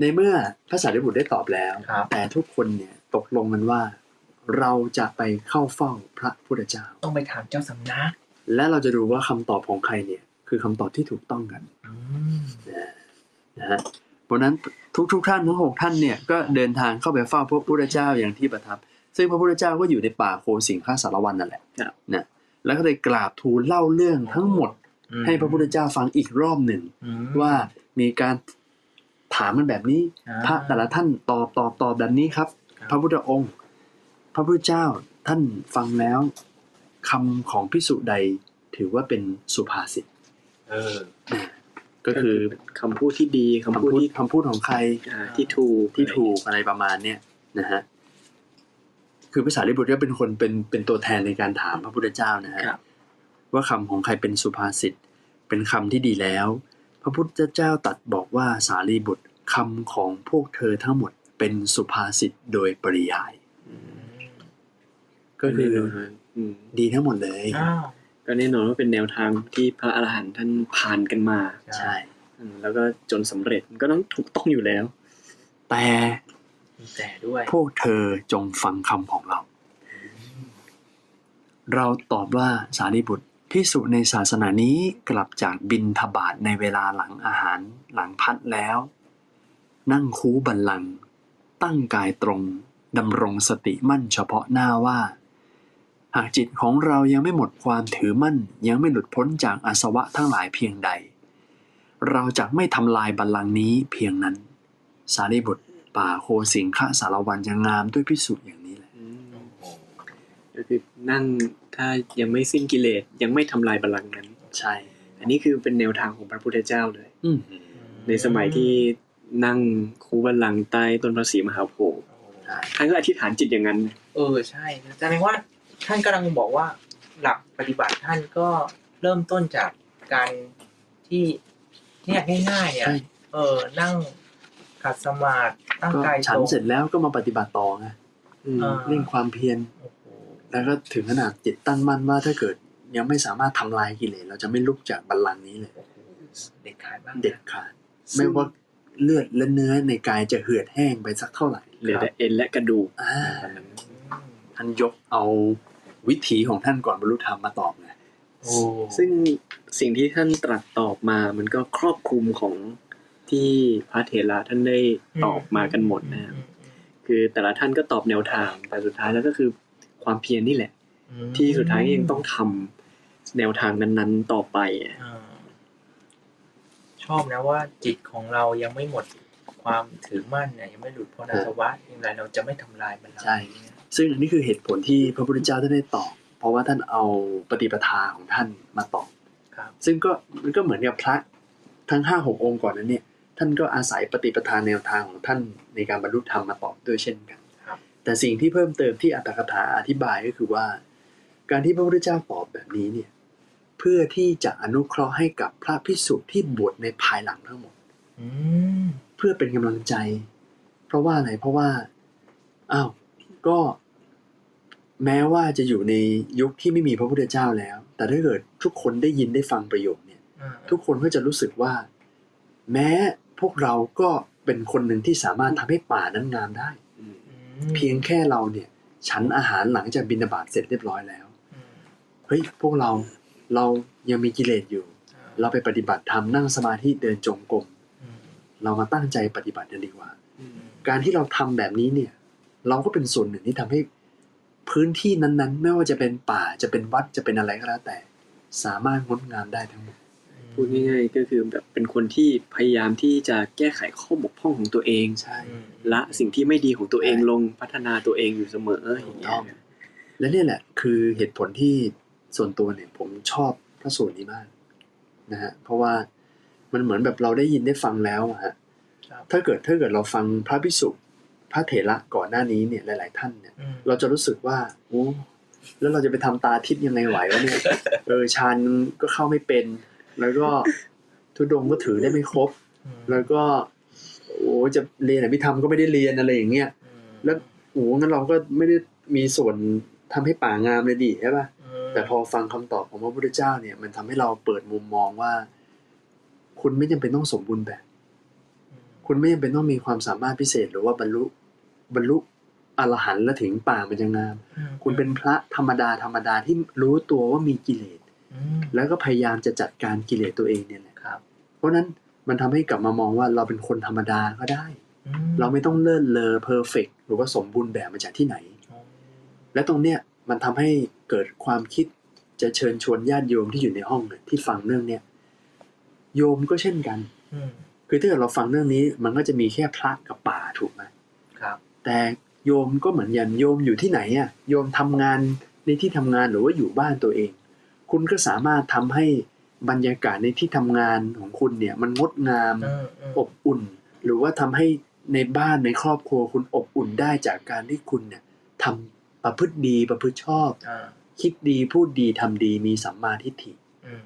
S2: ในเมื่อภาษาลิบุตรได้ตอบแล้ว
S1: ครับ
S2: แต่ทุกคนเนี่ยตกลงกันว่า เราจะไปเข้าเฝ้าพระพุทธเจ้า
S1: ต้องไปถามเจ้าสำนัก
S2: และเราจะดูว่าคำตอบของใครเนี่ย คือคำตอบที่ถูกต้องกัน
S1: อืม
S2: นะฮะเพราะฉะนั้นทุกทุกๆท่านทั้งหกท่านเนี่ยก็เดินทางเข้าไปเฝ้าพระพุทธเจ้าอย่างที่ประทับ ซึ่งพระพุทธเจ้าก็อยู่ในป่าโคสิงค้าสารวันนั่นแหละนะแล้วก็เลยกราบทูลเล่าเรื่องทั้งหมด ให้พระพุทธเจ้าฟังอีกรอบหนึ่ง
S1: อืม
S2: ว่ามีการถามกันแบบนี้
S1: อ่า
S2: พระแต่ละท่านตอบตอบตอบแบบนี้ครับ
S1: ครับ
S2: พระพุทธองค์ พระพุทธเจ้า ท่านฟังแล้วคำของพิสุใดถือว่าเป็นสุภาษิต
S1: เออ
S2: ก็คือ
S3: คำพูดที่ดีคำ
S2: คำ
S3: พู
S2: พู
S3: ด
S2: ด
S3: ที่
S2: คำพูดของใคร
S3: อ่าที่ถูก
S2: ที่ถูกอะไรประมาณเนี้ยนะฮะคือภาษาลิบุตรก็เป็นคนเป็นเป็นตัวแทนในการถามพระพุทธเจ้านะฮะ
S3: ครับ
S2: ว่าคำของใครเป็นสุภาษิต เป็นคำที่ดีแล้ว พระพุทธเจ้าตรัดบอกว่าสารีบุตรคำของพวกเธอทั้งหมดเป็นสุภาษิตโดยปริยาย ก็คือ
S3: อืม
S2: ดีทั้งหมดเลย
S1: อ้าว
S3: ก็แน่นอนว่าเป็นแนวทางที่พระอรหันต์ท่านผ่านกันมา
S2: ใช่
S3: อืมแล้วก็จนสำเร็จมันก็ต้องถูกต้องอยู่แล้ว
S2: แต่
S1: มีแต่ด้วย
S2: พวกเธอจงฟังคำของเรา เราตอบว่าสารีบุตรพิสุในศาสนานี้กลับจากบินทบาทในเวลาหลังอาหารหลังพัดแล้ว นั่งคูบันลังก์ตั้งกายตรงดำรงสติมั่นเฉพาะหน้าว่า หากจิตของเรายังไม่หมดความถือมั่นยังไม่หลุดพ้นจากอาสวะทั้งหลายเพียงใด เราจะไม่ทำลายบัลลังก์นี้เพียงนั้น สารีบุตรป่าโคสิงคะสารวันจะงามด้วยพิสุอย่างนี้แหละ
S3: ก็คือนั่งถ้ายังไม่สิ้นกิเลสยังไม่ทำลายบัลลังก์นั้น
S2: ใช่
S3: อันนี้คือเป็นแนวทางของพระพุทธเจ้าเลย
S2: อืม
S3: ในสมัยที่นั่งคูบัลลังก์ใต้ต้นพระศรีมหาโพธิ์
S2: ใช่
S3: ท่านก็อธิษฐานจิตอย่างนั้น
S1: เออใช่นะแสดงว่าท่านกำลังบอกว่าหลักปฏิบัติท่านก็เริ่มต้นจากการที่เนี่ยง่ายๆอ่ะ
S2: ใช่
S1: เออนั่งขัดสมาธิตั้ง
S2: ก็
S1: กาย
S2: ฉั
S1: ต
S2: น
S1: รง
S2: เสร็จแล้วก็มาปฏิบัติต่อไง
S1: อ่า
S2: เรื่องความเพียร
S1: โอ้โห
S2: แล้วก็ถึงขนาดจิตตั้งมั่นว่าถ้าเกิดยังไม่สามารถทำลายกิเลสเราจะไม่ลุกจากบัลลังก์นี้เลย
S1: โอ้โหเด็ดขาดมากนะ
S2: เด็ดขาดไม่ว่าเลือดและเนื้อในกายจะเหือดแห้งไปสักเท่าไหร่
S3: เหลือแต่เอ็นและกระดูก
S2: อ่า
S3: ตอนนั้น
S1: อืม
S2: ท่านยกเอาวิถีของท่านก่อนบรรลุธรรมมาตอบไง
S1: โอ้
S3: ซึ่งสิ่งที่ท่านตรัสตอบมามันก็ครอบคลุมของที่พระเถระท่านได้ตอบมากันหมดนะครับคือแต่ละท่านก็ตอบแนวทางแต่สุดท้ายแล้วก็คือความเพียรนี่แหละ
S1: อืม
S3: ที่สุดท้ายก็ยังต้องทำแนวทางนั้นๆต่อไปอะ
S1: อ่าชอบนะว่าจิตของเรายังไม่หมดความถือมั่นเนี่ยยังไม่หลุดพ้นอาสวะยังไงเราจะไม่ทำลายมันเลยเนี่ย
S2: ซึ่งอันนี้คือเหตุผลที่พระพุทธเจ้าท่านได้ตอบเพราะว่าท่านเอาปฏิปทาของท่านมาตอบ
S1: ครับ
S2: ซึ่งก็มันก็เหมือนกับพระทั้งห้าหกองค์ก่อนนั้นเนี่ยท่านก็อาศัยปฏิปทาแนวทางของท่านในการบรรลุธรรมมาตอบด้วยเช่นกัน
S1: ครับ
S2: แต่สิ่งที่เพิ่มเติมที่อัตถกถาอธิบายก็คือว่า การที่พระพุทธเจ้าตอบแบบนี้เนี่ยเพื่อที่จะอนุเคราะห์ให้กับพระภิกษุที่บวชในภายหลังทั้งหมด
S1: อืม
S2: เพื่อเป็นกำลังใจ เพราะว่าอะไรเพราะว่าอ้าวก็แม้ว่าจะอยู่ในยุคที่ไม่มีพระพุทธเจ้าแล้ว แต่ถ้าเกิดทุกคนได้ยินได้ฟังประโยคเนี่ย
S1: อ่า
S2: ทุกคนก็จะรู้สึกว่า แม้พวกเราก็เป็นคนหนึ่งที่สามารถทำให้ป่านั้นงามได้
S3: อืม
S1: อืม
S2: เพียงแค่เราเนี่ย ฉันอาหารหลังจากบินาบาตเสร็จเรียบร้อยแล้ว
S1: อืม
S2: เฮ้ยพวกเราเรายังมีกิเลสอยู่ เราไปปฏิบัติธรรมนั่งสมาธิเดินจงกรม
S1: อืม
S2: เรามาตั้งใจปฏิบัติกันดีกว่า
S1: อืม
S2: การที่เราทำแบบนี้เนี่ย เราก็เป็นส่วนหนึ่งที่ทำให้พื้นที่นั้นๆ ไม่ว่าจะเป็นป่าจะเป็นวัดจะเป็นอะไรก็แล้วแต่ สามารถงดงามได้ทั้งหมด
S3: พูดง่ายๆก็คือแบบเป็นคนที่พยายามที่จะแก้ไขข้อบกพร่องของตัวเอง
S2: ใช่
S1: อืม
S3: ละสิ่งที่ไม่ดีของตัวเองลงพัฒนาตัวเองอยู่เสมออย่างเงี้ย
S2: และเนี่ยแหละคือเหตุผลที่ส่วนตัวเนี่ยผมชอบพระสูตรนี้มากนะฮะเพราะว่ามันเหมือนแบบเราได้ยินได้ฟังแล้วอะฮะ
S1: ครับ
S2: ถ้าเกิดถ้าเกิดเราฟังพระพิสุพระเถระก่อนหน้านี้เนี่ยหลาย ๆ ท่านเนี่ย
S1: อืม
S2: เราจะรู้สึกว่าโอ้แล้วเราจะไปทำตาทิพย์ยังไงไหววะเนี่ย เออฌานก็เข้าไม่เป็น แล้วก็ทุดงค์ก็ถือได้ไม่ครบ
S1: อืม
S2: แล้วก็โอ้จะเรียนอภิธรรมก็ไม่ได้เรียนอะไรอย่างเงี้ย
S1: อืม
S2: แล้ว โอ้งั้นเราก็ไม่ได้มีส่วนทำให้ป่างามเลยดิใช่ปะ
S1: ม
S2: แต่พอฟังคำตอบของพระพุทธเจ้าเนี่ยมันทำให้เราเปิดมุมมองว่า คุณไม่จำเป็นต้องสมบูรณ์แบบ คุณไม่จำเป็นต้องมีความสามารถพิเศษ หรือว่าบรรลุบรรลุอรหันต์และถึงป่ามันจะงาม
S1: อืม
S2: คุณเป็นพระธรรมดาธรรมดาที่รู้ตัวว่ามีกิเลส
S1: อืม
S2: แล้วก็พยายามจะจัดการกิเลสตัวเองเนี่ยแหละ
S1: ครับ
S2: เพราะฉะนั้นมันทำให้กลับมามองว่าเราเป็นคนธรรมดาก็ได้
S1: อื
S2: เราไม่ต้องเลิศเลอเพอร์เฟกหรือว่าสมบูรณ์แบบมาจากที่ไหน
S1: อืม
S2: และตรงเนี้ยมันทำให้เกิดความคิดจะเชิญชวนญาติโยมที่อยู่ในห้องเนี่ยที่ฟังเรื่องเนี้ยโยมก็เช่นกัน
S1: อืม
S2: คือถ้าเกิดเราฟังเรื่องนี้ มันก็จะมีแค่พระกับป่าถูกไหม
S1: ครับ
S2: แต่ โยมก็เหมือนกันโยมอยู่ที่ไหนอ่ะโยมทำงานในที่ทำงานหรือว่าอยู่บ้านตัวเอง คุณก็สามารถทำให้บรรยากาศในที่ทำงานของคุณเนี่ยมันงดงาม
S1: อืมอืม
S2: อบอุ่น หรือว่าทำให้ในบ้านในครอบครัวคุณอบอุ่นได้จากการที่คุณเนี่ยทำประพฤติดีประพฤติชอบ
S1: อ่า
S2: คิดดีพูดดีทำดีมีสัมมาทิฏฐิ
S1: อืม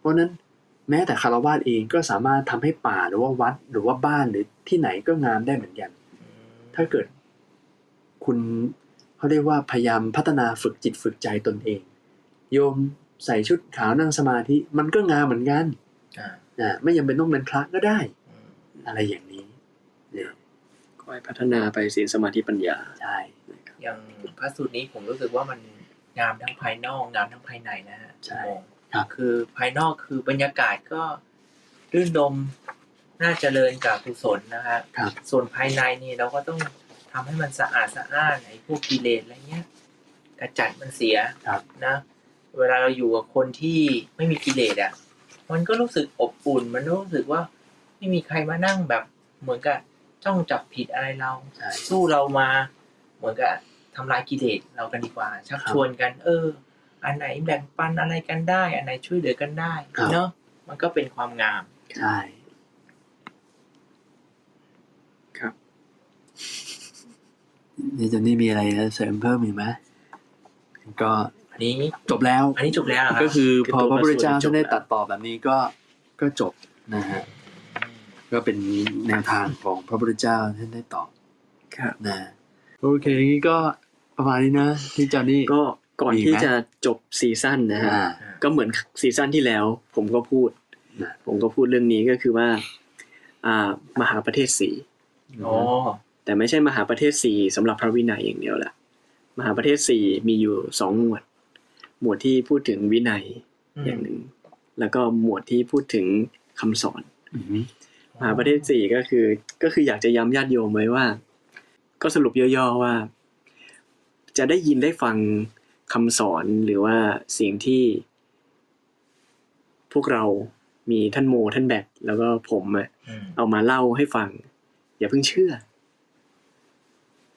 S2: เพราะฉะนั้นแม้แต่คารวาสเองก็สามารถทำให้ป่าหรือว่าวัดหรือว่าบ้านหรือที่ไหนก็งามได้เหมือนกัน
S1: อืม
S2: ถ้าเกิดคุณเขาเรียกว่าพยายามพัฒนาฝึกจิตฝึกใจตนเอง โยมใส่ชุดขาวนั่งสมาธิมันก็งามเหมือนกัน
S1: อ่า
S2: นะไม่จำเป็นต้องเป็นพระก็ได้
S1: อืม
S2: อะไรอย่างนี้เนี่ย
S3: ก็ให้พัฒนาไปศีลสมาธิปัญญา
S2: ใช่
S1: อย่างพระสูตรนี้ผมรู้สึกว่ามันงามทั้งภายนอกงามทั้งภายในนะฮะ
S2: ใช่
S1: ผมมอง
S2: ครับ
S1: คือภายนอกคือบรรยากาศก็รื่นรมน่าเจริญกับกุศลนะฮะ
S2: ครับ
S1: ส่วนภายในนี่เราก็ต้องทำให้มันสะอาดสะอ้านไอ้พวกกิเลสอะไรเงี้ยกระจัดมันเสีย
S2: ครับ
S1: นะ เวลาเราอยู่กับคนที่ไม่มีกิเลสอ่ะ มันก็รู้สึกอบอุ่น มันรู้สึกว่าไม่มีใครมานั่งแบบ เหมือนกับจ้องจับผิดอะไรเรา
S2: ใช่
S1: สู้เรามาเหมือนกับทำลายกิเลสเรากันดีกว่า ชัก
S2: ครับ
S1: ชวนกัน เออ อันไหนแบ่งปันอะไรกันได้ อันไหนช่วยเหลือกันได้
S2: ครับ
S1: เนาะมันก็เป็นความงาม
S2: ใช่
S3: ครับ
S2: นี่จะนี่มีอะไรจะเสริมเพิ่มอีกไหมก็
S1: อันนี้
S2: จบแล้ว
S1: อันนี้จบแล้วเหรอครับ
S2: ก็คือ
S3: คือ
S2: พอพ
S3: ตัว
S2: ระพุทธเจ้า
S3: พระสูตรจบ
S2: ท่านได้ตัดต่อแบบนี้ก็ก็จบนะฮะ
S1: ม
S2: ก็เป็นแนวทางของพระพุทธเจ้าท่านได้ตอบ
S3: ครับ
S2: นะโอเคงี้ก็ประมาณนี้นะที่จอห์นนี่
S3: ก็ก่อน
S2: มีไหม
S3: ที่จะจบซีซั่นนะฮะ
S2: อ่า
S3: ก็เหมือนซีซั่นที่แล้ว ผมก็พูด
S2: นะ
S3: ผมก็พูดเรื่องนี้ก็คือว่า อ่ามหาประเทศสี
S1: อ๋อ
S3: แต่ไม่ใช่มหาประเทศสี่สำหรับพระวินัยอย่างเดียวแหละมหาประเทศสี่มีอยู่สองหมวด หมวดที่พูดถึงวินัย
S1: อ
S3: อย่างหนึ่ง แล้วก็หมวดที่พูดถึงคำสอน
S2: อืม
S3: มหาประเทศสี่ก็คือก็คืออยากจะย้ำญาติโยมไว้ว่า ก็สรุปย่อๆว่า จะได้ยินได้ฟังคำสอนหรือว่าสิ่งที่ พวกเรามีท่านโมท่านแบกแล้วก็ผมอะ
S1: อืม
S3: เอามาเล่าให้ฟัง อย่าเพิ่งเชื่อ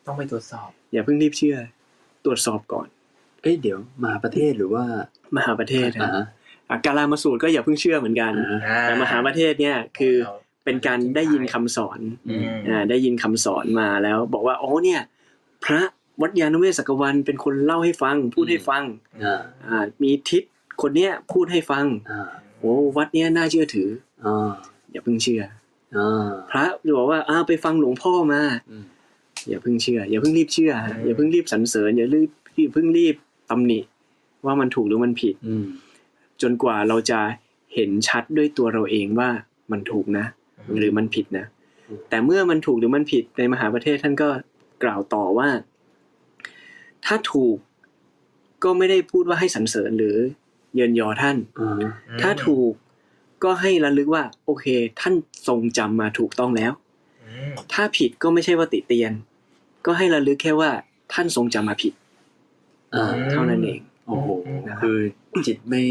S1: ต้องไปตรวจสอบ
S3: อย่าเพิ่งรีบเชื่อ ตรวจสอบก่อน
S2: เอ้ยเดี๋ยวมหาประเทศหรือว่าม
S3: หาประเทศ
S2: อ่า
S3: นะอาการามาสูตรก็อย่าเพิ่งเชื่อเหมือนกัน
S2: อ่า
S1: อ่
S3: แต่มหาประเทศเนี่ยคือเป็นการได้ยินคำสอน
S1: อืม
S3: อ่าได้ยินคำสอนมาแล้วบอกว่าอ๋อเนี่ย พระวัดยานุเวศสักวันเป็นคนเล่าให้ฟัง พูดให้ฟัง
S2: อ่า
S3: อ่ามีทิศคนเนี้ยพูดให้ฟัง
S2: อ่า
S3: โอ้วัดเนี้ยน่าเชื่อถือ
S2: อ่า
S3: อย่าเพิ่งเชื่อ
S2: อ่า
S3: พระจะบอกว่าอ้าวไปฟังหลวงพ่อมา
S2: อืม
S3: อย่าเพิ่งเชื่อ อย่าเพิ่งรีบเชื่ออ
S1: ม
S3: อย่าเพิ่งรีบสรรเสริญอย่ารีบอย่าเพิ่งรีบตำหนิ ว่ามันถูกหรือมันผิด
S2: อืม
S3: จนกว่าเราจะเห็นชัดด้วยตัวเราเองว่ามันถูกนะ หรือมันผิดนะ แต่เมื่อมันถูกหรือมันผิดในมหาประเทศท่านก็กล่าวต่อว่า ถ้าถูกก็ไม่ได้พูดว่าให้สรรเสริญหรือเยินยอท่าน
S2: อ่า
S3: ถ้าถูกก็ให้ระลึกว่า โอเค ท่านทรงจำมาถูกต้องแล้ว
S1: อืม
S3: ถ้าผิดก็ไม่ใช่ว่าติเตียน ก็ให้ระลึกแค่ว่า ท่านทรงจำมาผิด
S2: อ่า
S3: เท่านั้นเอง
S2: โอ้โห
S1: อืม
S2: คือจิตไม่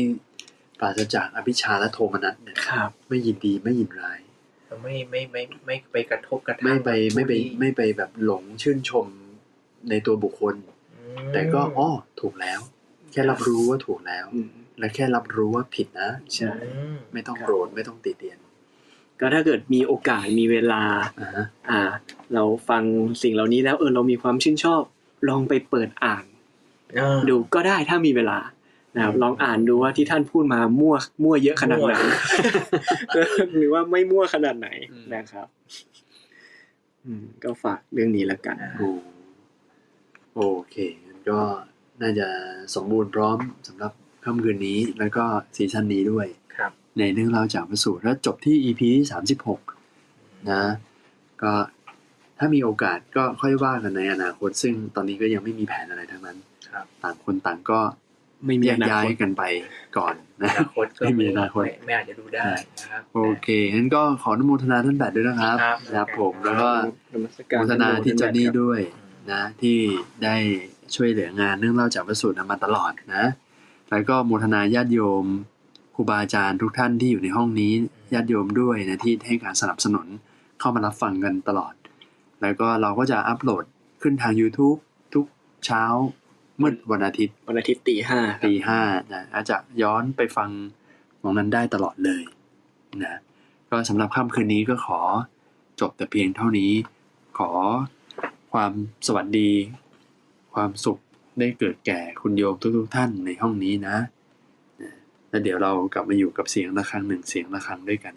S2: ปราศจากอภิชฌาและโทมนัสเนี่ย
S3: ครับ
S2: ไม่ยินดีไม่ยินร้าย
S1: ไม่ไม่ไม่ไม่ไปกระทบกระทั่ง
S2: ไม่ไปไม่ไป
S1: ผู้ที่
S2: ไม่ไปแบบหลงชื่นชมในตัวบุคคล
S1: อืม
S2: แต่ก็อ๋อถูกแล้ว แค่รับรู้ว่าถูกแล้ว
S3: อืม
S2: และแค่รับรู้ว่าผิดนะ
S3: ใช่
S1: อืม
S2: ไม่ต้อง
S3: ครับ
S2: โกรธไม่ต้องติเตียน
S3: ก็ถ้าเกิดมีโอกาสมีเวลา
S2: อ่าฮะ
S3: อ่า เราฟังสิ่งเหล่านี้แล้วเออเรามีความชื่นชอบ ลองไปเปิดอ่าน
S1: เออ
S3: ดูก็ได้ถ้ามีเวลานะครับ
S1: อืม
S3: ลองอ่านดูว่าที่ท่านพูดมามั่วมั่วเยอะขนาดไหน
S1: มั่
S3: <laughs> หรือว่าไม่มั่วขนาดไหนนะครับ อืม ก็ฝากเรื่องนี้ละกัน
S2: โอ้โอเคงั้นก็น่าจะสมบูรณ์พร้อมสำหรับค่ำคืนนี้แล้วก็ซีซั่นนี้ด้วย
S1: ครับ
S2: ในเรื่องราวจากพระสูตรแล้วจบที่ EP ที่สามสิบหก นะก็ถ้ามีโอกาสก็ค่อยว่ากันในอนาคต ซึ่งตอนนี้ก็ยังไม่มีแผนอะไรทั้งนั้น
S1: ครับ
S2: ต่างคนต่างก็
S3: ไม่มี
S2: แย
S3: อก นาคต
S2: ย้ายกันไปก่อนนะ
S1: อนาคตก็
S2: ไม่มีอนาคต
S1: ไม่ไม่อาจจะดูได้นะครับ
S2: โอเคงั้นก็ขออนุโมทนาท่านแบดด้วยนะครับ
S1: ครับ
S2: นะครับผมแล้วก็
S3: นมัส
S2: อนุ
S3: กา
S2: โม
S3: ร
S2: ทนาที่จอนนี่ด้วย
S1: อืม
S2: นะที่ได้ช่วยเหลืองานเรื่องเล่าจากพระสูตรมาตลอดนะ แล้วก็โมทนาญาติโยมครูบาอาจารย์ทุกท่านที่อยู่ในห้องนี้ญาติโยมด้วยนะที่ให้การสนับสนุนเข้ามารับฟังกันตลอด แล้วก็เราก็จะอัปโหลด ขึ้นทาง YouTube ทุกเช้ามืดวันอาทิตย์
S3: วันอาทิตย์ตีห้า
S2: ตีห้านะอาจจะย้อนไปฟังของนั้นได้ตลอดเลยนะก็สำหรับค่ำคืนนี้ก็ขอจบแต่เพียงเท่านี้ ขอความสวัสดี ความสุขได้เกิดแก่คุณโยมทุกๆท่านในห้องนี้นะนะแล้วเดี๋ยวเรากลับมาอยู่กับเสียงะระฆังหนึ่งเสียงะระฆังด้วยกัน